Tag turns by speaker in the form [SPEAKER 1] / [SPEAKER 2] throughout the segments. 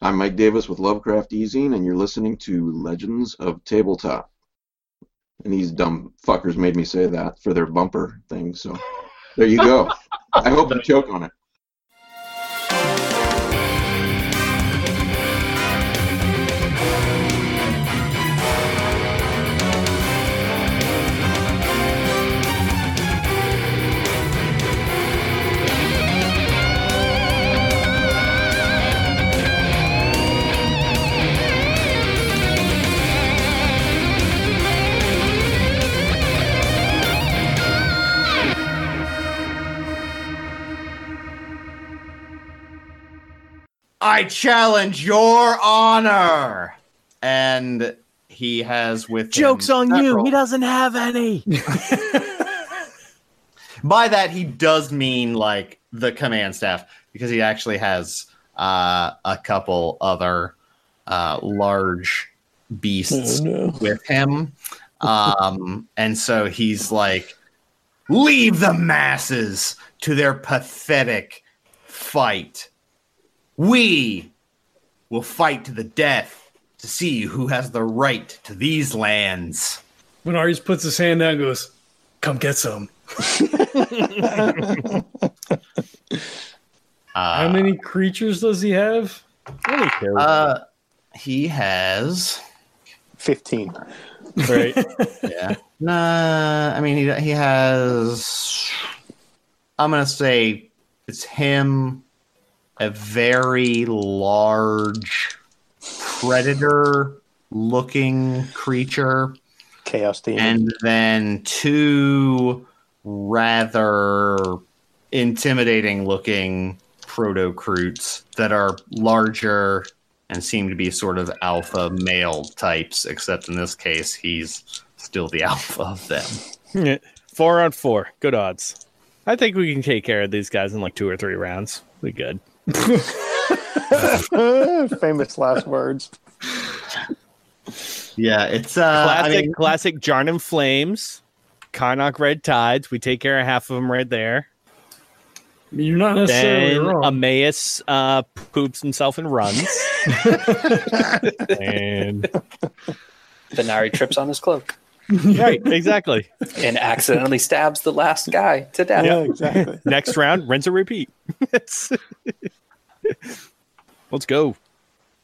[SPEAKER 1] I'm Mike Davis with Lovecraft Easing, and you're listening to Legends of Tabletop. And these dumb fuckers made me say that for their bumper thing, so there you go. I hope you choke on it.
[SPEAKER 2] I challenge your honor. And he has with
[SPEAKER 3] Joke's
[SPEAKER 2] him
[SPEAKER 3] on you.
[SPEAKER 2] several-
[SPEAKER 3] He doesn't have any.
[SPEAKER 2] By that he does mean like the command staff because he actually has uh, a couple other uh, large
[SPEAKER 3] Oh,
[SPEAKER 2] beasts with him. Um, and so he's like, leave the masses to their pathetic fight. We will fight to the death to see who has the right to these lands.
[SPEAKER 4] When Arius puts his hand down and goes, Come get some.
[SPEAKER 2] Uh,
[SPEAKER 4] How many creatures does he have?
[SPEAKER 3] Really terrible.
[SPEAKER 2] uh, he has.
[SPEAKER 5] 15.
[SPEAKER 3] right.
[SPEAKER 2] Yeah. Nah, I mean, he, he has. I'm going to say it's him, a very large predator looking creature,
[SPEAKER 5] Chaos Demon.
[SPEAKER 2] and then two rather intimidating looking proto crutes that are larger and seem to be sort of alpha male types, except in this case, he's still the alpha of them.
[SPEAKER 3] Yeah. four on four. Good odds. I think we can take care of these guys in like two or three rounds. We good.
[SPEAKER 5] Famous last words.
[SPEAKER 2] Yeah, it's uh,
[SPEAKER 3] Classic,
[SPEAKER 2] I mean,
[SPEAKER 3] classic Jarnum Flames, Karnak Red Tides. We take care of half of them right there.
[SPEAKER 4] I mean, You're not necessarily
[SPEAKER 3] Then
[SPEAKER 4] wrong.
[SPEAKER 2] um,
[SPEAKER 3] Emmaus uh, poops himself and runs. and,
[SPEAKER 6] Benari trips on his cloak
[SPEAKER 3] right, exactly.
[SPEAKER 6] and accidentally stabs the last guy to death.
[SPEAKER 5] Yeah, exactly.
[SPEAKER 3] Next round, rinse and repeat. It's- Let's go.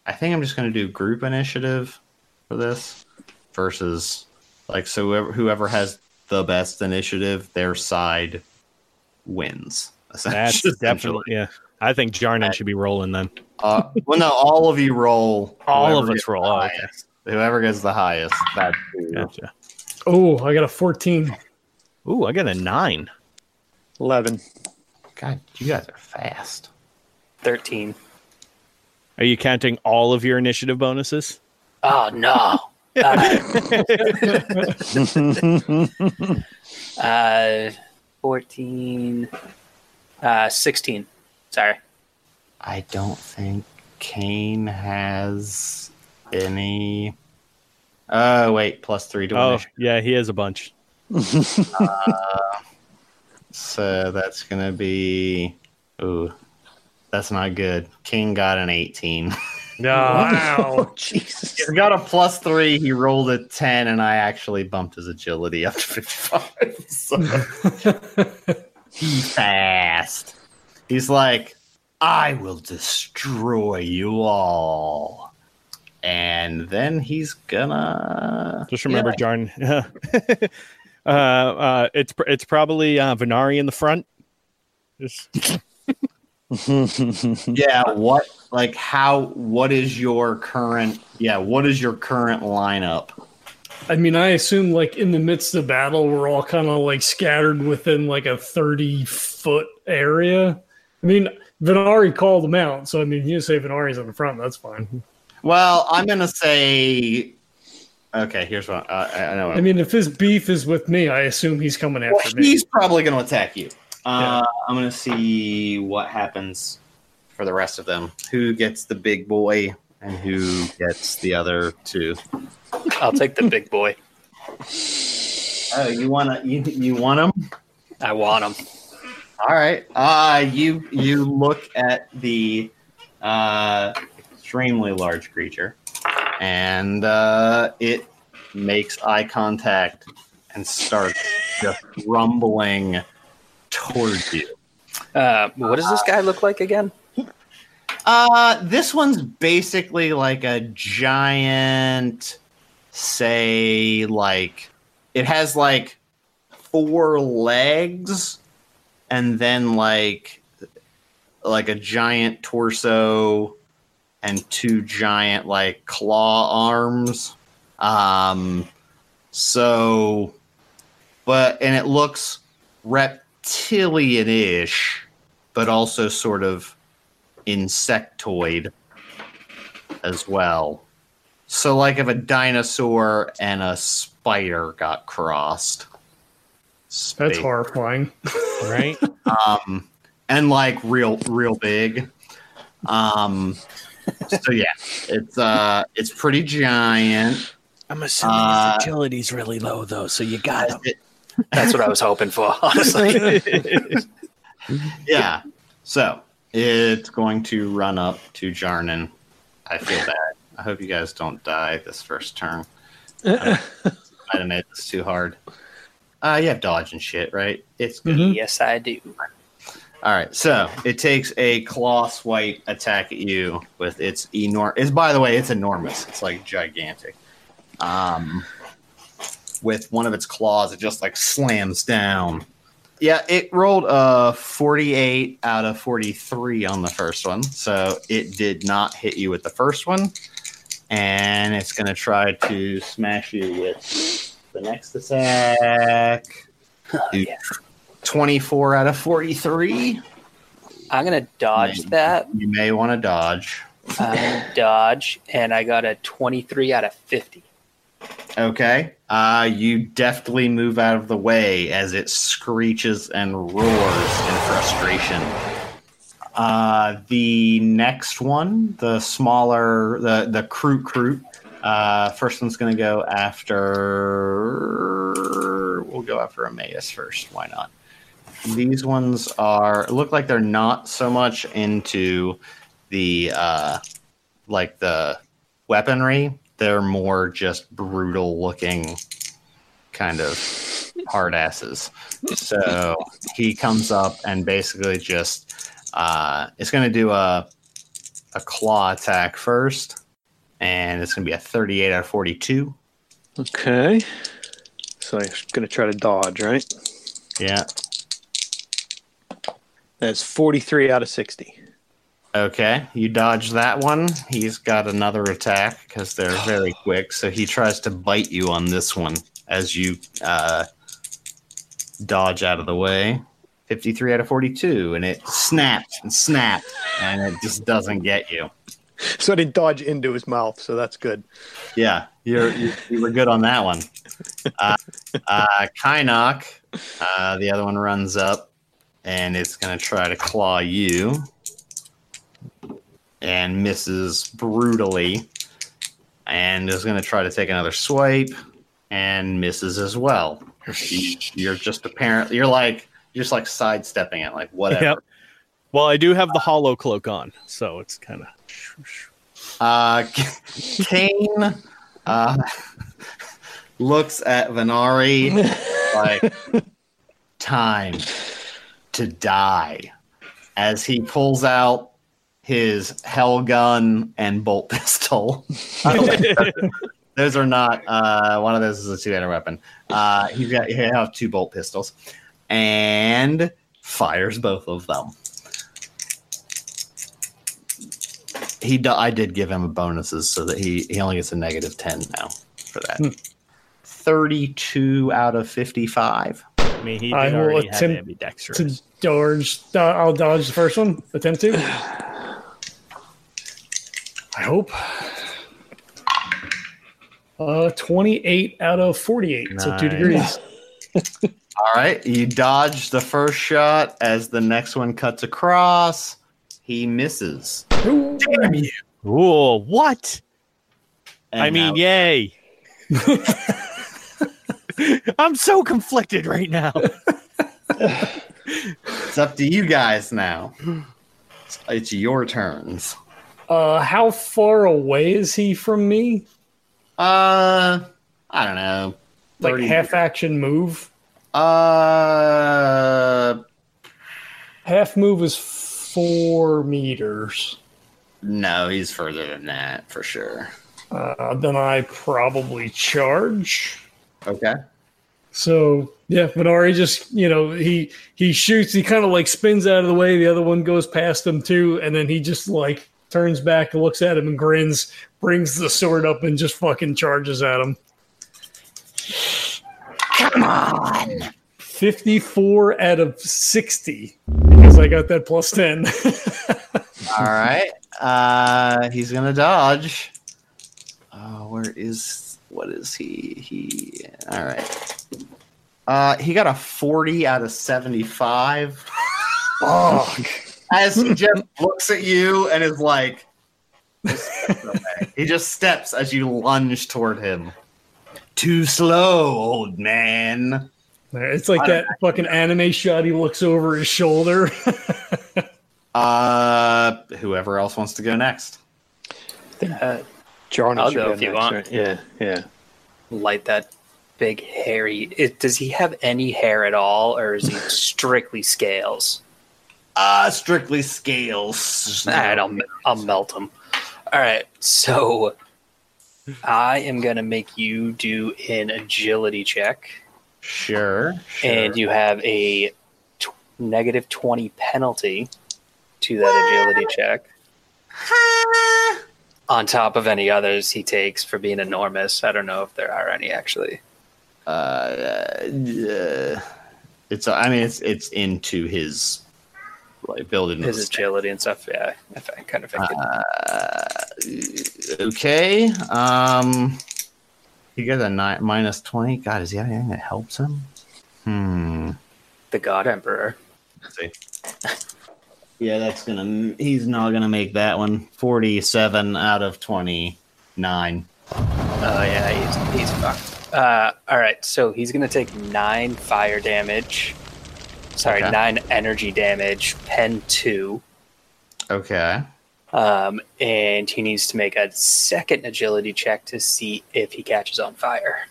[SPEAKER 2] I think I'm just gonna do group initiative for this versus like so whoever, whoever has the best initiative, their side wins.
[SPEAKER 3] That's
[SPEAKER 2] essentially.
[SPEAKER 3] definitely yeah. I think Jarnan should be rolling then.
[SPEAKER 2] Uh, well, no, all of you roll.
[SPEAKER 3] All
[SPEAKER 2] Whoever
[SPEAKER 3] of us
[SPEAKER 2] gets the
[SPEAKER 3] roll, oh, okay.
[SPEAKER 2] highest. Whoever gets the highest, that's who.
[SPEAKER 3] Gotcha.
[SPEAKER 4] oh, I got a 14.
[SPEAKER 3] Ooh, I got a nine.
[SPEAKER 5] 11.
[SPEAKER 2] God, you guys are fast.
[SPEAKER 6] 13.
[SPEAKER 3] Are you counting all of your initiative bonuses?
[SPEAKER 6] Oh, no. Uh, uh, 14. Uh, 16. Sorry.
[SPEAKER 2] I don't think Kane has any. Oh wait, plus three to
[SPEAKER 3] Oh,
[SPEAKER 2] initiative.
[SPEAKER 3] yeah, he has a bunch.
[SPEAKER 2] So that's gonna be. Ooh, that's not good. King got an eighteen.
[SPEAKER 4] Wow.
[SPEAKER 5] Jesus.
[SPEAKER 2] He's got a plus three. He rolled a ten, and I actually bumped his agility up to fifty-five. So he's fast. He's like, I will destroy you all, and then he's gonna.
[SPEAKER 3] Just remember, Jarn. uh, uh, it's pr- it's probably uh, Venari in the front. Just
[SPEAKER 2] Yeah, what? Like, how? What is your current? Yeah, what is your current lineup?
[SPEAKER 4] I mean, I assume like in the midst of battle, we're all kind of like scattered within like a 30 foot area. I mean, Venari called him out. So, I mean, you say Venari's in the front. That's fine.
[SPEAKER 2] Well, I'm gonna say. Okay, here's what uh, I I know. What
[SPEAKER 4] I mean, if his beef is with me, I assume he's coming after
[SPEAKER 2] well,
[SPEAKER 4] me.
[SPEAKER 2] he's probably gonna attack you. Uh, I'm gonna see what happens for the rest of them. Who gets the big boy and who gets the other two?
[SPEAKER 6] I'll take the big boy.
[SPEAKER 2] Oh, you wanna you you want them?
[SPEAKER 6] I want him.
[SPEAKER 2] All right. Uh you you look at the uh extremely large creature, and uh, it makes eye contact and starts just rumbling towards you.
[SPEAKER 6] Uh, what does this guy look like again?
[SPEAKER 2] Uh, this one's basically like a giant, say, like it has like four legs, and then like like a giant torso and two giant like claw arms. Um, so, but and it looks reptilian-ish, but also sort of insectoid as well. So, like if a dinosaur and a spider got crossed.
[SPEAKER 4] That's
[SPEAKER 2] Space.
[SPEAKER 4] horrifying.
[SPEAKER 3] right?
[SPEAKER 2] Um, and like real, real big. Um, so yeah, it's uh, it's pretty giant.
[SPEAKER 7] I'm assuming
[SPEAKER 2] Uh,
[SPEAKER 7] his agility's really low though, so you got him.
[SPEAKER 2] It-
[SPEAKER 6] That's what I was hoping for, honestly.
[SPEAKER 2] yeah. So it's going to run up to Jarnan. I feel bad. I hope you guys don't die this first turn. I didn't hit this too hard. Uh, you have dodge and shit, right? It's good.
[SPEAKER 4] Mhm.
[SPEAKER 6] yes, I do.
[SPEAKER 2] All right, so it takes a claw swipe attack at you with its enormous. It's by the way, it's enormous. It's like gigantic. Um, with one of its claws, it just like slams down. Yeah, it rolled a forty-eight out of forty-three on the first one, so it did not hit you with the first one, and it's gonna try to smash you with the next attack.
[SPEAKER 6] yeah.
[SPEAKER 2] Twenty-four out of forty-three.
[SPEAKER 6] I'm going to dodge
[SPEAKER 2] Nice.
[SPEAKER 6] that.
[SPEAKER 2] You may want to dodge.
[SPEAKER 6] I'm going to dodge, and I got a 23 out of 50.
[SPEAKER 2] Okay. Uh, you deftly move out of the way as it screeches and roars in frustration. Uh, the next one, the smaller, the the crew crew. Uh, first one's gonna go after. We'll go after Emmaus first. Why not? These ones are look like they're not so much into the uh, like the weaponry. They're more just brutal looking kind of hard asses. So he comes up and basically just uh, it's going to do a a claw attack first, and it's going to be a 38 out of 42.
[SPEAKER 5] Okay. So I'm gonna try to dodge, right?
[SPEAKER 2] Yeah.
[SPEAKER 5] That's 43 out of 60.
[SPEAKER 2] Okay, you dodge that one. He's got another attack because they're very quick. So he tries to bite you on this one as you uh, dodge out of the way. 53 out of 42, and it snaps and snaps, and it just doesn't get you.
[SPEAKER 5] So I didn't dodge into his mouth, so that's good.
[SPEAKER 2] Yeah, you're, you, you were good on that one. Uh, uh, Kynok, uh, the other one runs up and it's going to try to claw you and misses brutally and is going to try to take another swipe and misses as well. You- You're just apparently, you're like, you're just like sidestepping it, like whatever.
[SPEAKER 3] Yep. Well, I do have the hollow cloak on, so it's kind of
[SPEAKER 2] Uh, Kane uh, looks at Venari like time to die as he pulls out his hell gun and bolt pistol. those are not uh, one of those is a two-handed weapon. Uh, he's got he have two bolt pistols and fires both of them. He do- I did give him bonuses so that he he only gets a negative ten now for that.
[SPEAKER 3] Hmm.
[SPEAKER 2] Thirty-two out of fifty-five.
[SPEAKER 3] I mean, he did
[SPEAKER 4] I will
[SPEAKER 3] already have
[SPEAKER 4] attempt
[SPEAKER 3] ambidextrous.
[SPEAKER 4] To dodge, do- I'll dodge the first one. Attempt to. I hope. Uh, 28 out of 48, so two
[SPEAKER 3] Nice.
[SPEAKER 4] degrees.
[SPEAKER 2] All right, you dodge the first shot as the next one cuts across. He misses.
[SPEAKER 4] Damn you.
[SPEAKER 3] Ooh, what? I
[SPEAKER 2] And
[SPEAKER 3] mean,
[SPEAKER 2] now-
[SPEAKER 3] yay. I'm so conflicted right now.
[SPEAKER 2] it's up to you guys now. It's your turns.
[SPEAKER 4] Uh, how far away is he from me?
[SPEAKER 2] Uh, I don't know.
[SPEAKER 4] Like
[SPEAKER 2] 30.
[SPEAKER 4] half action move?
[SPEAKER 2] Uh,
[SPEAKER 4] Half move is four meters.
[SPEAKER 2] no, he's further than that for sure.
[SPEAKER 4] Uh, then I probably charge.
[SPEAKER 2] Okay.
[SPEAKER 4] So yeah, Minari just you know he he shoots. He kind of like spins out of the way. The other one goes past him too, and then he just like turns back, looks at him, and grins. Brings the sword up and just fucking charges at him. Come on. Fifty-four out of sixty because I got that plus ten.
[SPEAKER 2] All right. Uh, he's gonna dodge. Uh, where is what is he? He all right. Uh, he got a forty out of seventy-five.
[SPEAKER 4] Fuck.
[SPEAKER 2] As he just looks at you and is like, just steps away. he just steps as you lunge toward him. Too slow, old man.
[SPEAKER 4] It's like that fucking anime shot. He looks over his shoulder.
[SPEAKER 2] Uh, whoever else wants to go next.
[SPEAKER 6] Uh,
[SPEAKER 5] Jarno
[SPEAKER 6] I'll
[SPEAKER 5] should
[SPEAKER 6] go
[SPEAKER 5] go
[SPEAKER 6] if you
[SPEAKER 5] next,
[SPEAKER 6] want.
[SPEAKER 5] right? Yeah, yeah.
[SPEAKER 6] light that big hairy. It, does he have any hair at all, or is he strictly scales?
[SPEAKER 2] Uh, strictly scales.
[SPEAKER 6] All right, I'll I'll melt him. All right, so I am gonna make you do an agility check,
[SPEAKER 2] Sure. sure.
[SPEAKER 6] and you have a t- negative twenty penalty to that agility check. On top of any others he takes for being enormous. I don't know if there are any actually.
[SPEAKER 2] uh, yeah. it's I mean it's it's into his like building.
[SPEAKER 6] His agility and stuff. Yeah, I fi- kind of. figured.
[SPEAKER 2] okay. Um, he got a nine, minus twenty. God, is he have anything that helps him? Hmm.
[SPEAKER 6] the God Emperor.
[SPEAKER 2] Let's see. Yeah, that's gonna. He's not gonna make that one. Forty-seven out of twenty-nine.
[SPEAKER 6] Oh yeah, he's he's fucked. Uh, all right, so he's gonna take nine fire damage. Sorry,
[SPEAKER 2] Okay.
[SPEAKER 6] nine energy damage. Pen two,
[SPEAKER 2] Okay.
[SPEAKER 6] um, and he needs to make a second agility check to see if he catches on fire.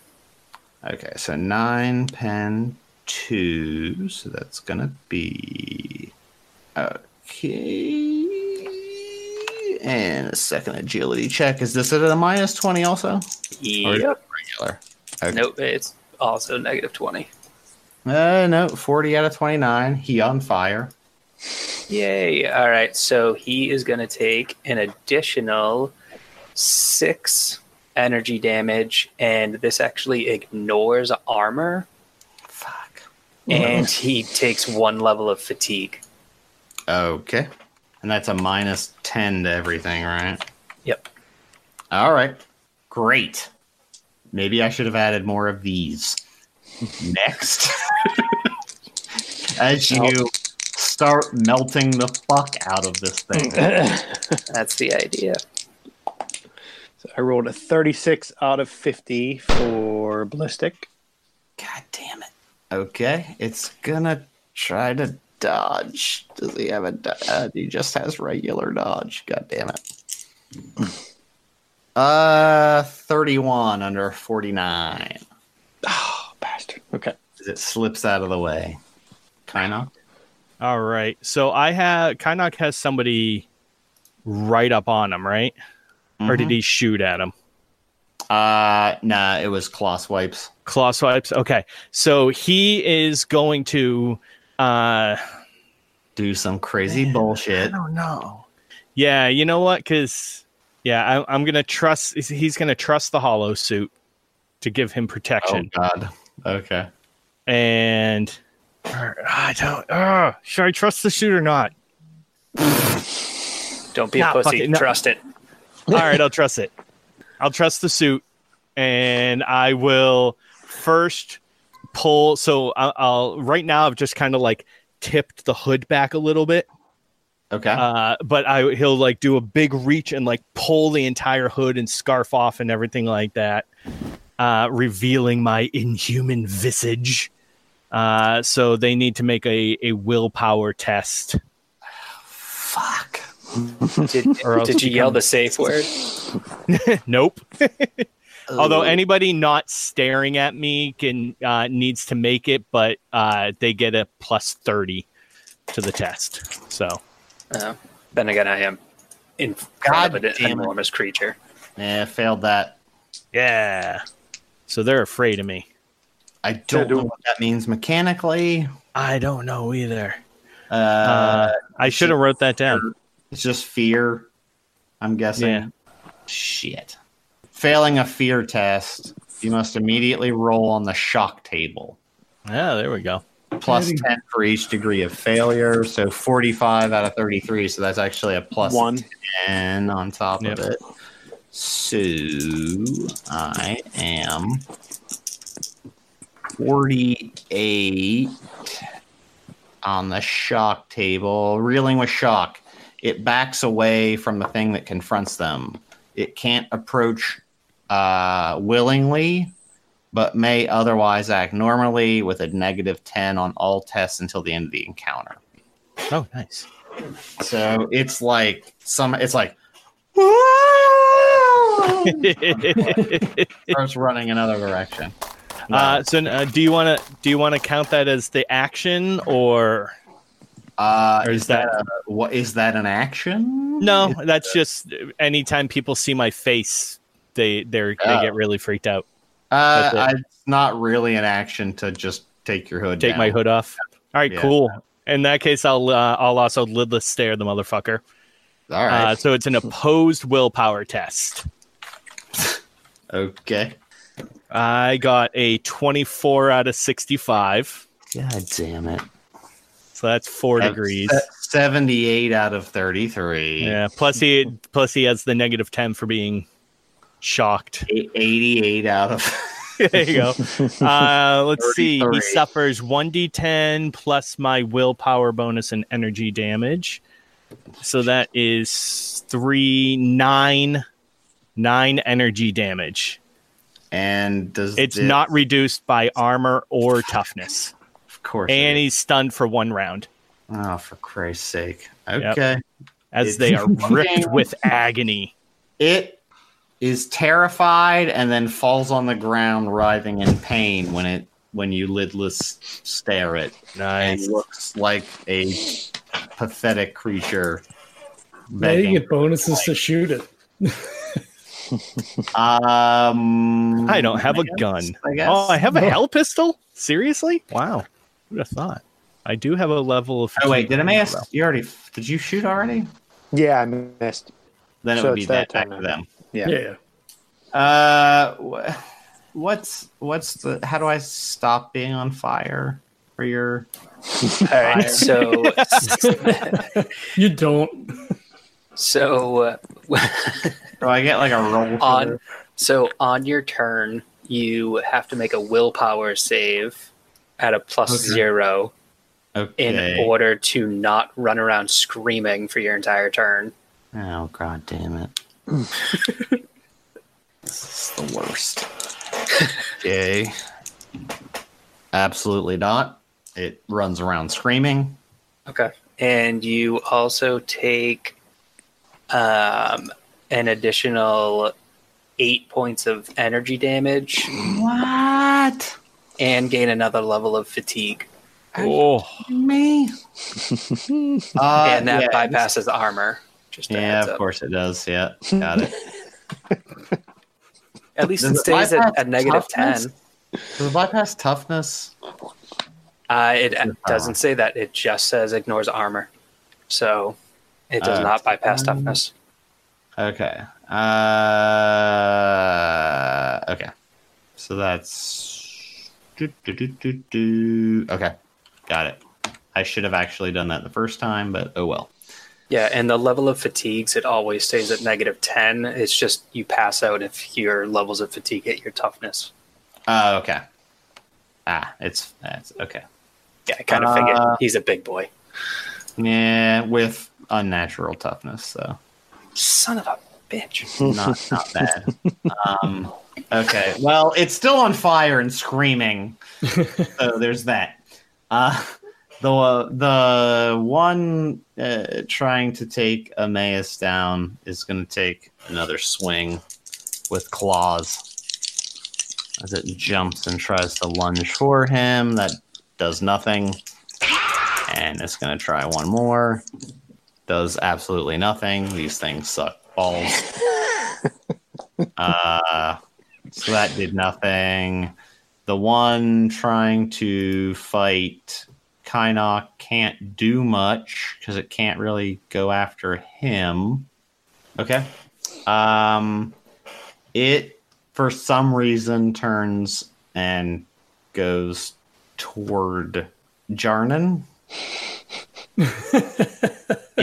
[SPEAKER 2] Okay, so nine pen two, so that's gonna be okay. And a second agility check. Is this at a minus twenty also? Or is it
[SPEAKER 6] Yep.
[SPEAKER 2] Regular. Okay.
[SPEAKER 6] Nope. It's also negative twenty.
[SPEAKER 2] Uh, no, forty out of twenty nine. He on fire.
[SPEAKER 6] Yay! All right, so he is gonna take an additional six energy damage, and this actually ignores armor,
[SPEAKER 2] Fuck.
[SPEAKER 6] and he takes one level of fatigue.
[SPEAKER 2] Okay. And that's a minus ten to everything, right?
[SPEAKER 6] Yep.
[SPEAKER 2] All right. Great. Maybe I should have added more of these. Next. As you start melting the fuck out of this thing.
[SPEAKER 6] That's the idea.
[SPEAKER 5] So I rolled a 36 out of 50 for ballistic.
[SPEAKER 2] God damn it. Okay. It's gonna try to dodge. Does he have a dodge? he just has regular dodge. God damn it. Uh 31 under 49.
[SPEAKER 5] Oh, bastard. Okay.
[SPEAKER 2] It slips out of the way. Kinda.
[SPEAKER 3] All right. So I have Kynoch has somebody right up on him, right? Or did he shoot at him?
[SPEAKER 2] Mm-hmm. Uh, nah, it was claw swipes.
[SPEAKER 3] Claw swipes. Okay. So he is going to uh
[SPEAKER 2] Do some crazy bullshit.
[SPEAKER 3] yeah, you know what? Cause yeah, I, I'm gonna trust he's gonna trust the hollow suit to give him
[SPEAKER 2] Oh
[SPEAKER 3] protection.
[SPEAKER 2] God. Okay.
[SPEAKER 3] And or, I don't uh, should I trust the suit or not?
[SPEAKER 6] Don't be
[SPEAKER 3] Nah,
[SPEAKER 6] a pussy.
[SPEAKER 3] fuck it, no.
[SPEAKER 6] Trust it.
[SPEAKER 3] All right, I'll trust it. I'll trust the suit, and I will first pull. So I- I'll right now. I've just kind of like tipped the hood back a little bit,
[SPEAKER 2] Okay.
[SPEAKER 3] uh, but I he'll like do a big reach and like pull the entire hood and scarf off and everything like that, uh, revealing my inhuman visage. Uh, so they need to make a a willpower test.
[SPEAKER 2] Fuck.
[SPEAKER 6] Did,
[SPEAKER 3] Or else
[SPEAKER 6] did you
[SPEAKER 3] become-
[SPEAKER 6] yell the safe word?
[SPEAKER 3] nope. Although
[SPEAKER 6] Ooh.
[SPEAKER 3] anybody not staring at me can uh, needs to make it, but uh, they get a plus thirty to the test. So
[SPEAKER 6] Uh, then again, I am in
[SPEAKER 2] God
[SPEAKER 6] God an
[SPEAKER 2] damn it.
[SPEAKER 6] enormous creature.
[SPEAKER 2] Eh, failed that.
[SPEAKER 3] yeah, so they're afraid of me.
[SPEAKER 2] I don't know what that means mechanically.
[SPEAKER 3] I don't know either.
[SPEAKER 2] Uh,
[SPEAKER 3] Uh, I should have wrote that down.
[SPEAKER 2] it's just fear. I'm guessing.
[SPEAKER 3] Yeah.
[SPEAKER 2] Shit. Failing a fear test, you must immediately roll on the shock table.
[SPEAKER 3] Yeah, there we go.
[SPEAKER 2] Plus
[SPEAKER 4] Kidding.
[SPEAKER 2] 10 for each degree of failure. So 45 out of 33. So that's actually a plus
[SPEAKER 5] One.
[SPEAKER 2] 10 on top
[SPEAKER 3] Yep.
[SPEAKER 2] of it. So I am 48 on the shock table, reeling with shock. It backs away from the thing that confronts them. It can't approach uh, willingly, but may otherwise act normally with a negative 10 on all tests until the end of the encounter.
[SPEAKER 3] Oh, nice.
[SPEAKER 2] So it's like some, it's like, starts running another direction.
[SPEAKER 3] uh, so uh, do you want to do you want to count that as the action or
[SPEAKER 2] Uh,
[SPEAKER 3] or
[SPEAKER 2] is that, a, what is that an action?
[SPEAKER 3] no? That's just anytime people see my face, they they're, they
[SPEAKER 2] Oh.
[SPEAKER 3] get really freaked out.
[SPEAKER 2] uh,
[SPEAKER 3] That's
[SPEAKER 2] it's not really an action to just take your hood.
[SPEAKER 3] Take
[SPEAKER 2] down.
[SPEAKER 3] my hood off. All right,
[SPEAKER 2] Yeah.
[SPEAKER 3] cool. In that case, I'll uh, I'll also lidless stare the motherfucker.
[SPEAKER 2] All right.
[SPEAKER 3] Uh, so it's an opposed willpower test. Uh,
[SPEAKER 2] okay.
[SPEAKER 3] I got a twenty-four out of sixty-five,
[SPEAKER 2] God damn it.
[SPEAKER 3] so that's four degrees.
[SPEAKER 2] Seventy-eight out of thirty-three.
[SPEAKER 3] Yeah. Plus he plus he has the negative ten for being shocked.
[SPEAKER 2] Eight- Eighty-eight out of.
[SPEAKER 3] there you go. Uh, let's see. He
[SPEAKER 2] 33.
[SPEAKER 3] suffers 1d10 plus my willpower bonus and energy damage. So that is three, nine, nine energy damage.
[SPEAKER 2] and does
[SPEAKER 3] It's
[SPEAKER 2] this-
[SPEAKER 3] not reduced by armor or toughness.
[SPEAKER 2] of course. it
[SPEAKER 3] And
[SPEAKER 2] is.
[SPEAKER 3] he's stunned for one round
[SPEAKER 2] oh, for Christ's sake.
[SPEAKER 3] Yep.
[SPEAKER 2] Okay.
[SPEAKER 3] as they are ripped with agony.
[SPEAKER 2] It is terrified and then falls on the ground, writhing in pain when it when you lidless stare it. and
[SPEAKER 3] Nice.
[SPEAKER 2] looks like a pathetic creature.
[SPEAKER 4] Now you
[SPEAKER 2] Begging.
[SPEAKER 4] get bonuses to shoot it.
[SPEAKER 2] Um,
[SPEAKER 3] I don't have a
[SPEAKER 2] guess-
[SPEAKER 3] gun.
[SPEAKER 2] I guess.
[SPEAKER 3] Oh, I have a hell pistol? Seriously? Wow. Who'd have thought? I do have a level of.
[SPEAKER 2] Oh wait, did I
[SPEAKER 3] though.
[SPEAKER 2] ask? You already did you shoot already?
[SPEAKER 5] Yeah, I missed.
[SPEAKER 2] Then it
[SPEAKER 5] So
[SPEAKER 2] would be
[SPEAKER 5] it's their
[SPEAKER 2] that back
[SPEAKER 5] turn
[SPEAKER 2] to
[SPEAKER 5] now.
[SPEAKER 2] them.
[SPEAKER 5] Yeah.
[SPEAKER 4] Yeah.
[SPEAKER 2] Uh, wh- what's what's the? How do I stop being on fire for your?
[SPEAKER 6] All right, so
[SPEAKER 4] You don't.
[SPEAKER 6] so uh,
[SPEAKER 2] Do oh, I get like a roll? for
[SPEAKER 6] on
[SPEAKER 2] this?
[SPEAKER 6] so on your turn, you have to make a willpower save at a plus
[SPEAKER 2] Okay.
[SPEAKER 6] zero in
[SPEAKER 2] okay.
[SPEAKER 6] order to not run around screaming for your entire turn.
[SPEAKER 2] Oh god damn it. this is the worst. Okay. Absolutely not. It runs around screaming.
[SPEAKER 6] Okay. And you also take um, an additional eight points of energy damage
[SPEAKER 2] What?
[SPEAKER 6] and gain another level of fatigue.
[SPEAKER 3] Oh,
[SPEAKER 2] Me? Uh,
[SPEAKER 6] and that bypasses armor. Just a
[SPEAKER 2] Yeah,
[SPEAKER 6] heads
[SPEAKER 2] of
[SPEAKER 6] up.
[SPEAKER 2] course it does. Yeah. Got it.
[SPEAKER 6] At least
[SPEAKER 2] Does
[SPEAKER 6] it
[SPEAKER 2] it
[SPEAKER 6] stays at
[SPEAKER 2] bypass
[SPEAKER 6] a negative
[SPEAKER 2] toughness?
[SPEAKER 6] 10.
[SPEAKER 2] Does it bypass toughness?
[SPEAKER 6] Uh, it
[SPEAKER 2] Superpower.
[SPEAKER 6] doesn't say that. It just says ignores armor. So it does
[SPEAKER 2] Uh,
[SPEAKER 6] not bypass
[SPEAKER 2] um,
[SPEAKER 6] toughness.
[SPEAKER 2] Okay. Uh okay. So that's do, do, do, do, do. okay. Got it. I should have actually done that the first time, but oh well.
[SPEAKER 6] Yeah, and the level of fatigues, it always stays at negative 10. It's just you pass out if your levels of fatigue hit your toughness.
[SPEAKER 2] Oh, okay. Ah, it's that's okay.
[SPEAKER 6] Yeah, I kind of figured
[SPEAKER 2] Uh,
[SPEAKER 6] he's a big boy.
[SPEAKER 2] Yeah, with unnatural toughness, so
[SPEAKER 6] Son of a bitch.
[SPEAKER 2] not not bad. Um, okay. Well, it's still on fire and screaming. So there's that. Uh, The the one uh, trying to take Emmaus down is going to take another swing with claws as it jumps and tries to lunge for him. That does nothing, and it's going to try one more. Does absolutely nothing. These things suck balls. uh, so that did nothing. The one trying to fight Kynok can't do much because it can't really go after him. Okay. Um, it for some reason turns and goes toward Jarnan.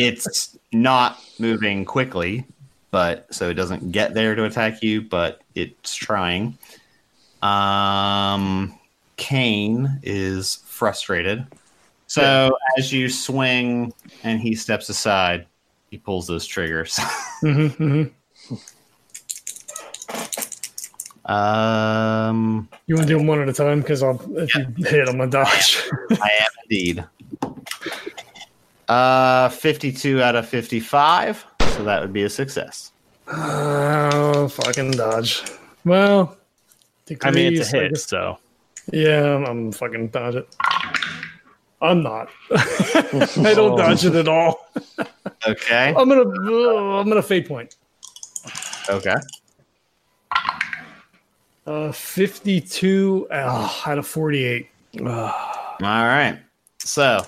[SPEAKER 2] it's not moving quickly, but so it doesn't get there to attack you, but it's trying. Um, Kane is frustrated. So as you swing and he steps aside, he pulls those triggers.
[SPEAKER 4] Mm-hmm,
[SPEAKER 2] um,
[SPEAKER 4] You want to do them one at a time because I'll if you hit, I'm gonna dodge.
[SPEAKER 2] I am indeed. Uh, 52 out of 55. So that would be a success.
[SPEAKER 4] Oh, fucking dodge. Well,
[SPEAKER 3] I mean, it's
[SPEAKER 4] degrees,
[SPEAKER 3] a
[SPEAKER 4] I
[SPEAKER 3] hit,
[SPEAKER 4] guess-
[SPEAKER 3] so
[SPEAKER 4] Yeah, I'm, I'm fucking dodge it. I'm not. I don't dodge it at all.
[SPEAKER 2] Okay.
[SPEAKER 4] I'm gonna uh, I'm gonna fade point.
[SPEAKER 2] Okay.
[SPEAKER 4] Uh, 52 oh, out of 48.
[SPEAKER 2] All right. So,